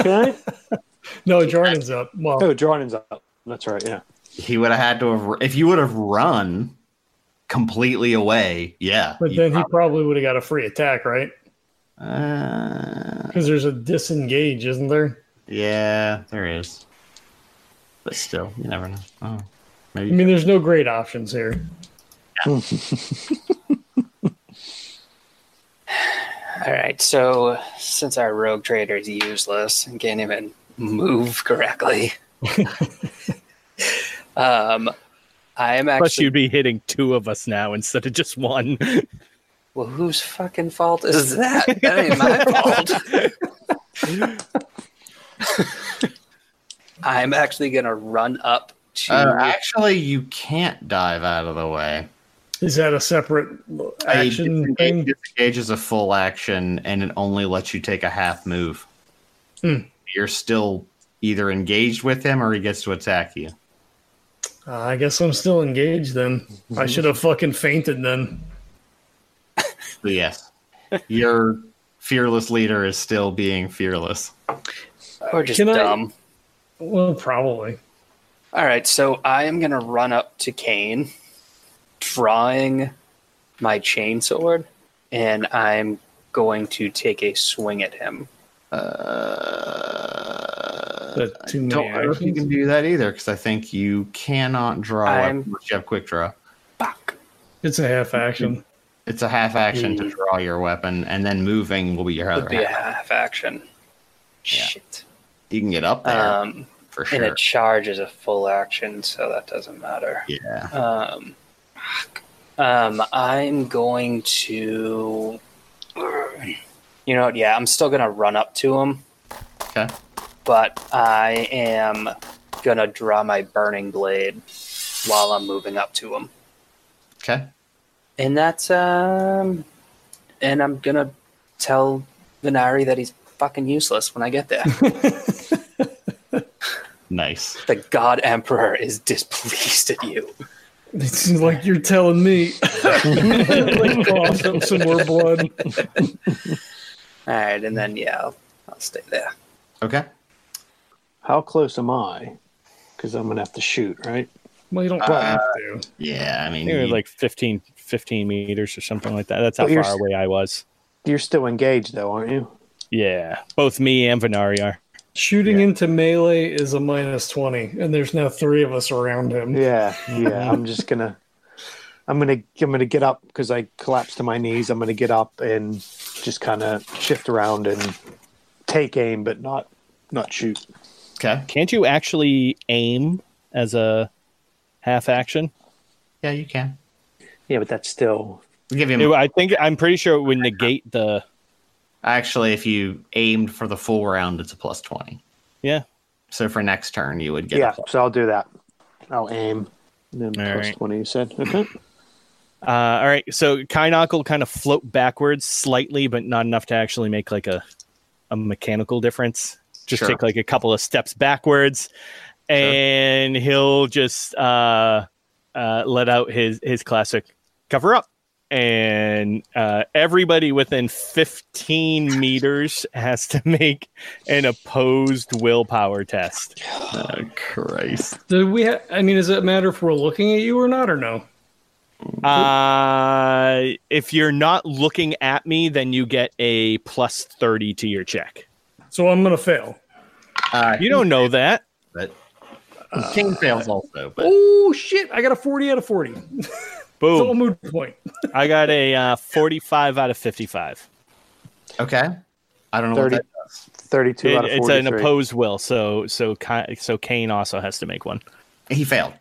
[SPEAKER 5] Okay.
[SPEAKER 4] no, Jarnan's up. Well,
[SPEAKER 5] Oh, Jordan's up. That's right. Yeah.
[SPEAKER 2] He would have had to have if you would have run completely away, yeah.
[SPEAKER 4] but
[SPEAKER 2] you
[SPEAKER 4] then he
[SPEAKER 2] prob-
[SPEAKER 4] probably would have got a free attack, right?
[SPEAKER 2] uh,
[SPEAKER 4] Because there's a disengage, isn't there?
[SPEAKER 2] yeah, there is. But still, you never know. Oh.
[SPEAKER 4] I mean, there's no great options here.
[SPEAKER 6] All right, so since our rogue trader is useless and can't even move correctly, um, I am
[SPEAKER 3] Plus,
[SPEAKER 6] actually.
[SPEAKER 3] you'd be hitting two of us now instead of just one.
[SPEAKER 6] Well, whose fucking fault is that? That ain't my fault. I'm actually gonna run up to.
[SPEAKER 2] Uh, actually, you can't dive out of the way.
[SPEAKER 4] Is that a separate
[SPEAKER 2] A
[SPEAKER 4] action
[SPEAKER 2] disengage-
[SPEAKER 4] thing?
[SPEAKER 2] disengage is a full action, and it only lets you take a half move.
[SPEAKER 4] Hmm.
[SPEAKER 2] You're still either engaged with him or he gets to attack you.
[SPEAKER 4] Uh, I guess I'm still engaged then. I should have fucking fainted then.
[SPEAKER 2] But yes, your fearless leader is still being fearless.
[SPEAKER 6] or just
[SPEAKER 4] can I-
[SPEAKER 6] dumb.
[SPEAKER 4] Well, probably.
[SPEAKER 6] All right, so I am gonna run up to Kane, drawing my chainsword, and I'm going to take a swing at him.
[SPEAKER 4] That too many
[SPEAKER 2] Uh, Don't know if you
[SPEAKER 4] actions.
[SPEAKER 2] can do that either because I think you cannot draw
[SPEAKER 6] I'm-
[SPEAKER 2] weapons. You have quick draw.
[SPEAKER 6] Fuck.
[SPEAKER 4] It's a half action.
[SPEAKER 2] It's a half action to draw your weapon, and then moving will be your
[SPEAKER 6] Mm. Would
[SPEAKER 2] other
[SPEAKER 6] be a
[SPEAKER 2] half.
[SPEAKER 6] half action. Shit.
[SPEAKER 2] You can get up there
[SPEAKER 6] Um,
[SPEAKER 2] for
[SPEAKER 6] and a
[SPEAKER 2] sure.
[SPEAKER 6] charge is a full action, so that doesn't matter.
[SPEAKER 2] yeah.
[SPEAKER 6] Um, fuck. um, I'm going to. You know what? Yeah, I'm still gonna run up to him.
[SPEAKER 2] Okay.
[SPEAKER 6] but I am gonna draw my burning blade while I'm moving up to him.
[SPEAKER 2] Okay.
[SPEAKER 6] And that's um and I'm gonna tell Venari that he's fucking useless when I get there.
[SPEAKER 2] Nice.
[SPEAKER 6] the God Emperor is displeased at you.
[SPEAKER 4] It's like you're telling me. like cough up some more blood.
[SPEAKER 6] All right, and then yeah, I'll, I'll stay there.
[SPEAKER 2] Okay.
[SPEAKER 5] How close am I? Because I'm gonna have to shoot, right?
[SPEAKER 4] Well, you don't
[SPEAKER 2] Uh,
[SPEAKER 4] have to.
[SPEAKER 2] Yeah, I mean,
[SPEAKER 3] They were
[SPEAKER 2] you-
[SPEAKER 3] like 15, 15 meters or something like that. That's how
[SPEAKER 5] But you're
[SPEAKER 3] far
[SPEAKER 5] s-
[SPEAKER 3] away I was.
[SPEAKER 5] You're still engaged, though, aren't you?
[SPEAKER 3] Yeah, both me and Venari are.
[SPEAKER 4] Shooting into melee is a minus twenty, and there's now three of us around him.
[SPEAKER 5] Yeah, yeah. I'm just gonna, I'm gonna, I'm gonna get up because I collapsed to my knees. I'm gonna get up and just kind of shift around and take aim, but not, not shoot.
[SPEAKER 2] okay.
[SPEAKER 3] Can't you actually aim as a half action?
[SPEAKER 2] Yeah, you can.
[SPEAKER 5] Yeah, but that's still.
[SPEAKER 2] We'll give him.
[SPEAKER 3] It- I think I'm pretty sure it would negate the.
[SPEAKER 2] Actually, if you aimed for the full round, it's a plus twenty.
[SPEAKER 3] Yeah.
[SPEAKER 2] So for next turn, you would get. a
[SPEAKER 5] yeah,
[SPEAKER 2] plus-
[SPEAKER 5] so I'll do that. I'll aim. And then
[SPEAKER 3] All
[SPEAKER 5] plus
[SPEAKER 3] right.
[SPEAKER 5] twenty. You said okay.
[SPEAKER 3] Uh, all right, so Kynock will kind of float backwards slightly, but not enough to actually make like a a mechanical difference. Just
[SPEAKER 2] Sure.
[SPEAKER 3] take like a couple of steps backwards, and he'll just uh, uh, let out his his classic cover up, and uh, everybody within fifteen meters has to make an opposed willpower test.
[SPEAKER 2] Oh, Christ.
[SPEAKER 4] Do we? Ha- I mean, does it matter if we're looking at you or not, or no?
[SPEAKER 3] Uh, if you're not looking at me, then you get a plus thirty to your check.
[SPEAKER 4] So I'm gonna fail.
[SPEAKER 2] Uh,
[SPEAKER 3] You don't know that.
[SPEAKER 2] But uh, King fails also, but
[SPEAKER 4] Oh shit! I got a forty out of forty. Total
[SPEAKER 3] Boom.
[SPEAKER 4] mood point.
[SPEAKER 3] I got a uh, 45 out of 55.
[SPEAKER 2] okay. I don't know
[SPEAKER 5] Thirty.
[SPEAKER 2] what that does.
[SPEAKER 5] Thirty-two
[SPEAKER 3] It-
[SPEAKER 5] out of
[SPEAKER 3] it's an
[SPEAKER 5] forty-three.
[SPEAKER 3] opposed will, so so Ki- so Kane also has to make one.
[SPEAKER 2] He failed.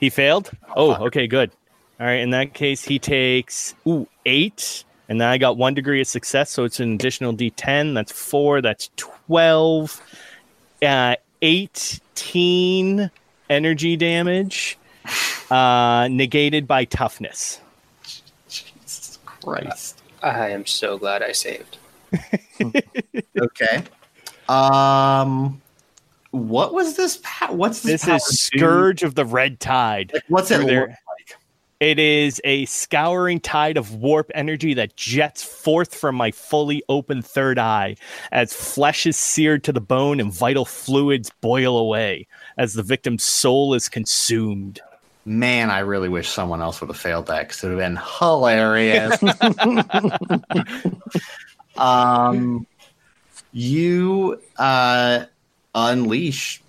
[SPEAKER 3] He failed. Oh, okay, good. All right, in that case, he takes ooh eight, and then I got one degree of success, so it's an additional D10. That's four. That's twelve. Uh, eighteen energy damage, uh, negated by toughness.
[SPEAKER 2] Jesus Christ.
[SPEAKER 6] I am so glad I saved.
[SPEAKER 2] okay. Um, what was this? Pa- what's this?
[SPEAKER 3] This
[SPEAKER 2] power
[SPEAKER 3] is
[SPEAKER 2] do?
[SPEAKER 3] scourge of the red tide.
[SPEAKER 2] Like, what's it?
[SPEAKER 3] through
[SPEAKER 2] Look?
[SPEAKER 3] their- It is a scouring tide of warp energy that jets forth from my fully open third eye as flesh is seared to the bone and vital fluids boil away as the victim's soul is consumed.
[SPEAKER 2] Man, I really wish someone else would have failed that because it would have been hilarious. um, you uh, unleash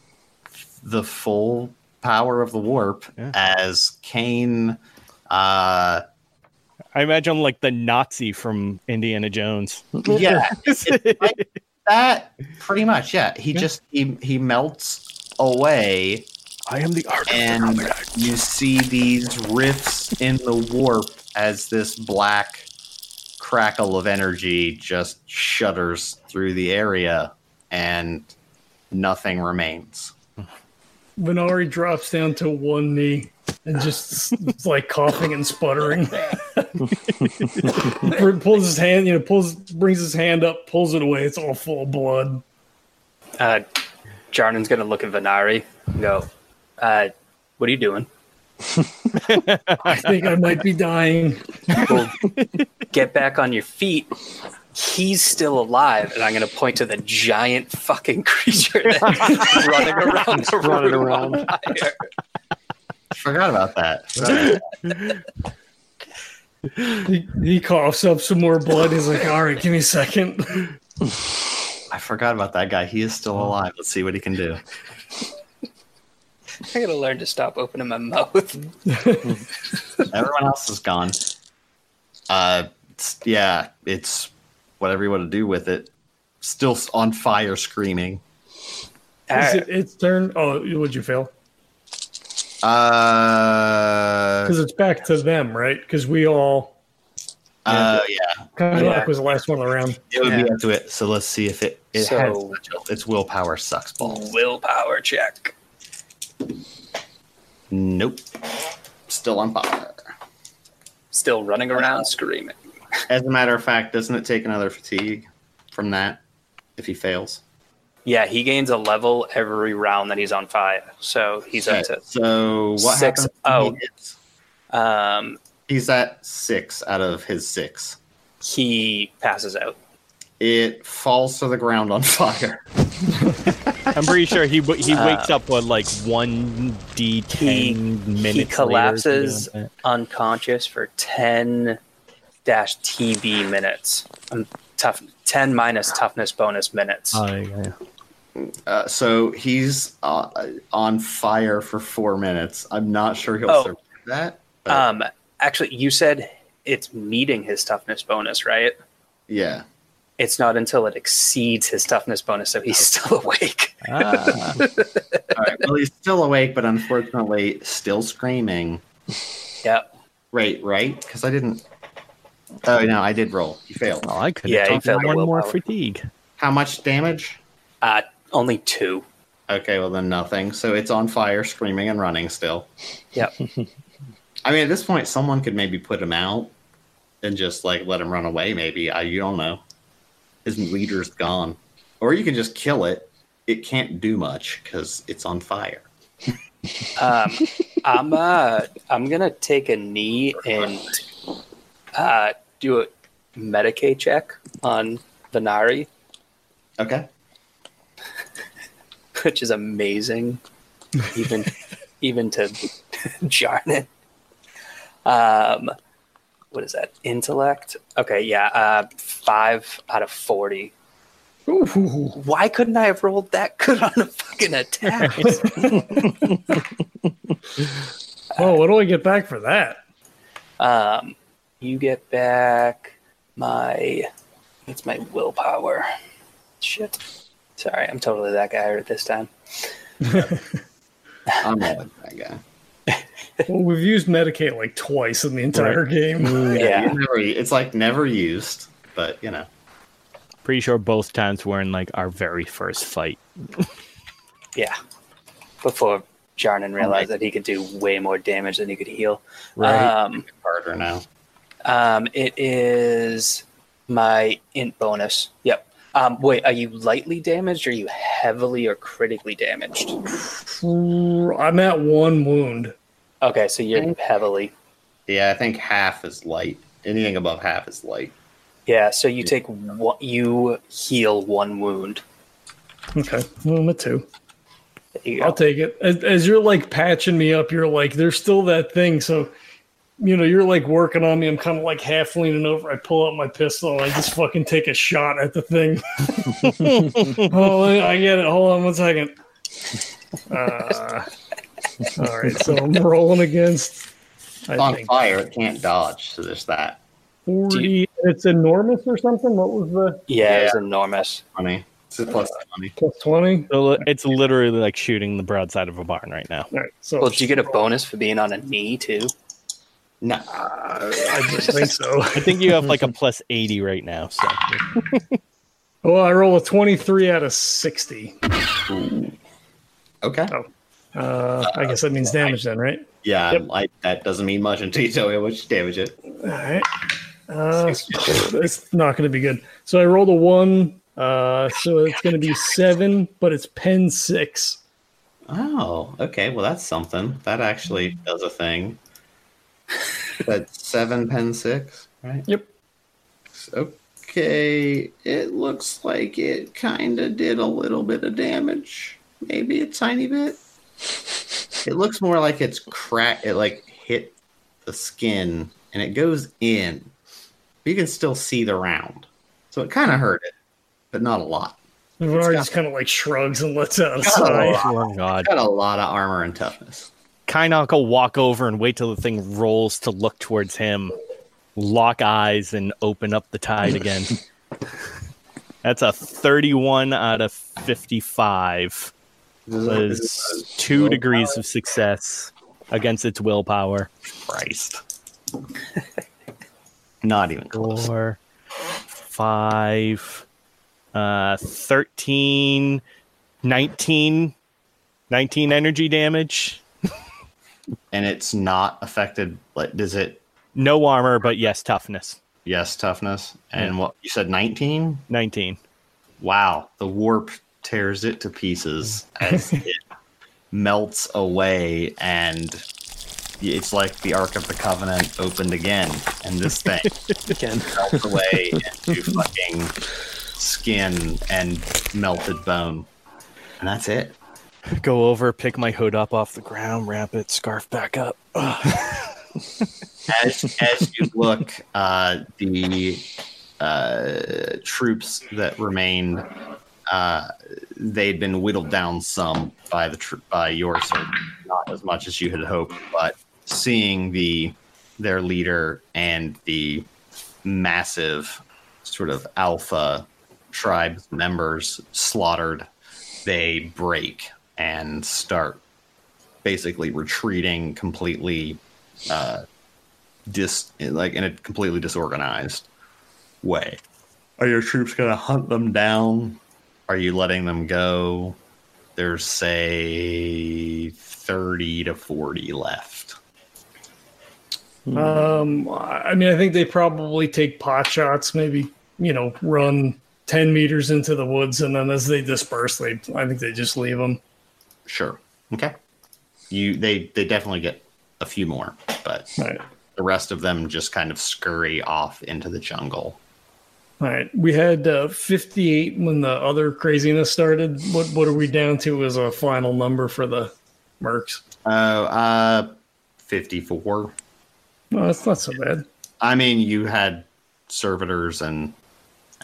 [SPEAKER 2] the full power of the warp
[SPEAKER 3] Yeah.
[SPEAKER 2] as Kane. Uh,
[SPEAKER 3] I imagine like the Nazi from Indiana Jones.
[SPEAKER 2] yeah, that pretty much. Yeah, he just he he melts away
[SPEAKER 3] I am the artist.
[SPEAKER 2] and you see these rifts in the warp as this black crackle of energy just shudders through the area and nothing remains.
[SPEAKER 4] Venari drops down to one knee and just is, like coughing and sputtering. pulls his hand, you know, pulls brings his hand up, pulls it away. It's all full of blood.
[SPEAKER 6] Uh, Jarnan's gonna look at Venari and go, uh, "What are you doing?
[SPEAKER 4] I think I might be dying.
[SPEAKER 6] Well, get back on your feet." He's still alive, and I'm gonna point to the giant fucking creature that's running around the
[SPEAKER 5] running
[SPEAKER 6] room
[SPEAKER 5] around.
[SPEAKER 6] on fire.
[SPEAKER 2] Forgot about that. Forgot about that.
[SPEAKER 4] He, he coughs up some more blood. He's like, "All right, give me a second.
[SPEAKER 2] I forgot about that guy. He is still alive. Let's see what he can do.
[SPEAKER 6] I gotta learn to stop opening my mouth.
[SPEAKER 2] Everyone else is gone. Uh, it's- yeah, it's whatever you want to do with it. Still s- on fire, screaming.
[SPEAKER 6] All
[SPEAKER 4] Is
[SPEAKER 6] right.
[SPEAKER 4] it its turn? Oh, would you fail?
[SPEAKER 2] Uh,
[SPEAKER 4] Because it's back to them, right? Because we all
[SPEAKER 2] uh,
[SPEAKER 4] Kylock
[SPEAKER 6] Yeah.
[SPEAKER 4] was the last one around.
[SPEAKER 2] It would
[SPEAKER 6] Yeah.
[SPEAKER 2] be up to it. So let's see if it it
[SPEAKER 6] So-
[SPEAKER 2] has such a- its willpower sucks balls.
[SPEAKER 6] willpower check.
[SPEAKER 2] Nope. Still on fire.
[SPEAKER 6] Still running around screaming.
[SPEAKER 2] As a matter of fact, doesn't it take another fatigue from that if he fails?
[SPEAKER 6] Yeah, he gains a level every round that he's on fire. So he's up
[SPEAKER 2] Okay,
[SPEAKER 6] to
[SPEAKER 2] So what
[SPEAKER 6] Six.
[SPEAKER 2] happens? when he
[SPEAKER 6] Oh.
[SPEAKER 2] hits?
[SPEAKER 6] Um,
[SPEAKER 2] He's at six out of his six.
[SPEAKER 6] he passes out.
[SPEAKER 2] It falls to the ground on fire.
[SPEAKER 3] I'm pretty sure he w- he
[SPEAKER 6] Uh,
[SPEAKER 3] wakes up with like one d
[SPEAKER 6] he-
[SPEAKER 3] ten minutes. later or
[SPEAKER 6] collapses.
[SPEAKER 3] something like
[SPEAKER 6] unconscious for 10 dash TB minutes. Um, tough 10 minus toughness bonus minutes.
[SPEAKER 3] that. Oh, yeah, yeah.
[SPEAKER 2] Uh, so he's uh, on fire for four minutes. I'm not sure he'll
[SPEAKER 6] Oh.
[SPEAKER 2] survive that. but
[SPEAKER 6] um, actually, you said it's meeting his toughness bonus, right?
[SPEAKER 2] yeah.
[SPEAKER 6] It's not until it exceeds his toughness bonus, so he's still awake.
[SPEAKER 2] Ah. All right. Well, he's still awake, but unfortunately, still screaming.
[SPEAKER 6] Yep.
[SPEAKER 2] Right, right? Because I didn't. Oh no, I did roll. He failed.
[SPEAKER 3] Well, Oh, I could
[SPEAKER 6] Yeah, he
[SPEAKER 3] have
[SPEAKER 6] failed
[SPEAKER 3] taken
[SPEAKER 6] the
[SPEAKER 3] one more
[SPEAKER 6] willpower.
[SPEAKER 3] fatigue.
[SPEAKER 2] How much damage?
[SPEAKER 6] Uh, only two.
[SPEAKER 2] Okay, well then nothing. So it's on fire, screaming and running still.
[SPEAKER 6] Yep.
[SPEAKER 2] I mean, at this point, someone could maybe put him out and just like let him run away. Maybe I, you don't know. His leader's gone, or you can just kill it. It can't do much because it's on fire.
[SPEAKER 6] Um, I'm uh, I'm gonna take a knee and uh, do a Medicaid check on Venari,
[SPEAKER 2] Okay.
[SPEAKER 6] which is amazing, even even to Jarnet. Um, what is that? Intellect. Okay, yeah, uh, five out of forty.
[SPEAKER 4] Ooh.
[SPEAKER 6] Why couldn't I have rolled that good on a fucking attack?
[SPEAKER 4] Oh, what do I get back for that?
[SPEAKER 6] Um, you get back my. It's my willpower. Shit. Sorry, I'm totally that guy at this time.
[SPEAKER 2] I'm all with that guy.
[SPEAKER 4] Well, we've used Medicaid like twice in the entire game.
[SPEAKER 6] Yeah.
[SPEAKER 2] You never- it's like never used, but you know.
[SPEAKER 3] Pretty sure both times were in like our very first fight.
[SPEAKER 6] Yeah. Before Jarnan realized that he could do way more damage than he could heal. Um,
[SPEAKER 2] Harder now.
[SPEAKER 6] um, it is my int bonus. Yep. Um, wait, are you lightly damaged or are you heavily or critically damaged?
[SPEAKER 4] I'm at one wound.
[SPEAKER 6] Okay, so you're heavily.
[SPEAKER 2] Yeah, I think half is light. Anything above half is light.
[SPEAKER 6] Yeah, so you take one, you heal one wound.
[SPEAKER 4] Okay, well, I'm at two.
[SPEAKER 6] There you go.
[SPEAKER 4] I'll take it. As, as you're like patching me up, you're like, there's still that thing. So, you know, you're like working on me. I'm kind of like half leaning over. I pull out my pistol and I just fucking take a shot at the thing. oh, I get it. Hold on one second. Uh, all right. So I'm rolling against,
[SPEAKER 2] It's
[SPEAKER 4] I
[SPEAKER 2] on
[SPEAKER 4] think,
[SPEAKER 2] fire. It can't dodge. So there's that.
[SPEAKER 4] 40. it's enormous or something. What was the
[SPEAKER 6] Yeah, it's
[SPEAKER 2] Yeah.
[SPEAKER 6] enormous.
[SPEAKER 2] Funny. It's a plus funny.
[SPEAKER 4] plus 20?
[SPEAKER 3] So li- it's literally like shooting the broadside of a barn right now.
[SPEAKER 4] All right. So
[SPEAKER 6] Well, did you get a bonus for being on a knee too?
[SPEAKER 2] No.
[SPEAKER 4] I just think so.
[SPEAKER 3] I think you have like a plus eighty right now. So
[SPEAKER 4] Well, I roll a 23 out of 60.
[SPEAKER 2] Okay.
[SPEAKER 4] Oh. Uh, I guess that means damage then, right?
[SPEAKER 2] Yeah, I, that doesn't mean much until you tell me how much damage it.
[SPEAKER 4] All right. Uh, it's not going to be good. So I rolled a one. Uh, so it's going to be seven, but it's pen six.
[SPEAKER 2] Oh, okay. Well, that's something. That actually does a thing. That's seven pen six, right?
[SPEAKER 4] Yep.
[SPEAKER 2] Okay. It looks like it kind of did a little bit of damage, maybe a tiny bit. It looks more like it's crack. It like hit the skin, and it goes in. But you can still see the round, so it kind of hurt it, but not a lot.
[SPEAKER 4] And Bernard just kind of like shrugs and lets out a
[SPEAKER 2] got a
[SPEAKER 4] sigh.
[SPEAKER 2] lot.
[SPEAKER 3] oh god,
[SPEAKER 2] Got a lot of armor and toughness.
[SPEAKER 3] Kynock will walk over and wait till the thing rolls to look towards him, lock eyes, and open up the tide again. That's a 31 out of 55. Was two degrees of success against its willpower.
[SPEAKER 2] Christ. Not even close.
[SPEAKER 3] Four, five, uh, 13, 19, 19 energy damage.
[SPEAKER 2] And it's not affected. Like, does it?
[SPEAKER 3] No armor, but yes, toughness.
[SPEAKER 2] Yes, toughness. And what you said, nineteen.
[SPEAKER 3] 19.
[SPEAKER 2] Wow, the warp tears it to pieces as it melts away and it's like the Ark of the Covenant opened again, and this thing
[SPEAKER 5] Again.
[SPEAKER 2] melts away into fucking skin and melted bone, and that's it.
[SPEAKER 3] Go over, pick my hood up off the ground, wrap it, scarf back up.
[SPEAKER 2] as as you look, uh, the uh, troops that remained, uh, they'd been whittled down some by the tr- by your soldiers, not as much as you had hoped, but seeing the their leader and the massive sort of alpha tribe members slaughtered, they break and start basically retreating completely uh, dis like in a completely disorganized way. Are your troops gonna hunt them down? Are you letting them go? There's say thirty to forty left.
[SPEAKER 4] Um, I mean, I think they probably take pot shots, maybe, you know, run 10 meters into the woods. And then as they disperse, they, I think they just leave them.
[SPEAKER 2] Sure. Okay. You they they definitely get a few more, but
[SPEAKER 4] All right.
[SPEAKER 2] the rest of them just kind of scurry off into the jungle.
[SPEAKER 4] All right. We had uh, 58 when the other craziness started. What, what are we down to as a final number for the mercs?
[SPEAKER 2] Oh, uh, fifty-four.
[SPEAKER 4] No, that's not so bad.
[SPEAKER 2] I mean, you had servitors and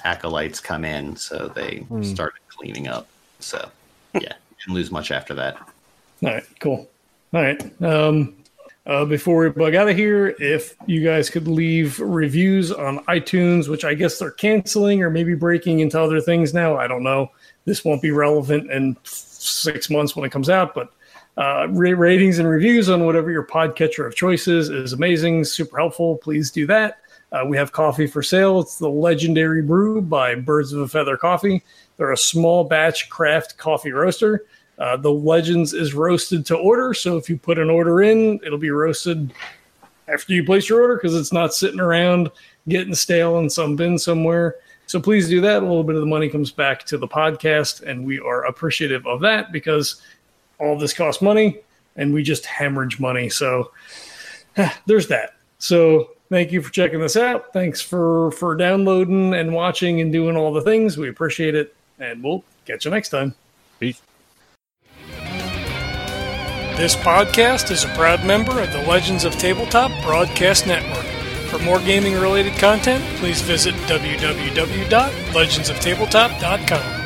[SPEAKER 2] acolytes come in, so they started cleaning up. So, yeah, didn't lose much after that.
[SPEAKER 4] All right, cool. All right. Um, uh, before we bug out of here, if you guys could leave reviews on iTunes, which I guess they're canceling or maybe breaking into other things now. I don't know. This won't be relevant in six months when it comes out, but uh, ra- ratings and reviews on whatever your podcatcher of choice is is amazing, super helpful. Please do that. Uh, we have coffee for sale. It's the legendary brew by Birds of a Feather Coffee. They're a small batch craft coffee roaster. Uh, the Legends is roasted to order. So if you put an order in, it'll be roasted after you place your order because it's not sitting around getting stale in some bin somewhere. So please do that. A little bit of the money comes back to the podcast, and we are appreciative of that because all this costs money and we just hemorrhage money. So there's that. So thank you for checking this out. Thanks for for downloading and watching and doing all the things. We appreciate it, and we'll catch you next time. This podcast is a proud member of the Legends of Tabletop Broadcast Network. For more gaming related content, please visit www.legendsoftabletop.com.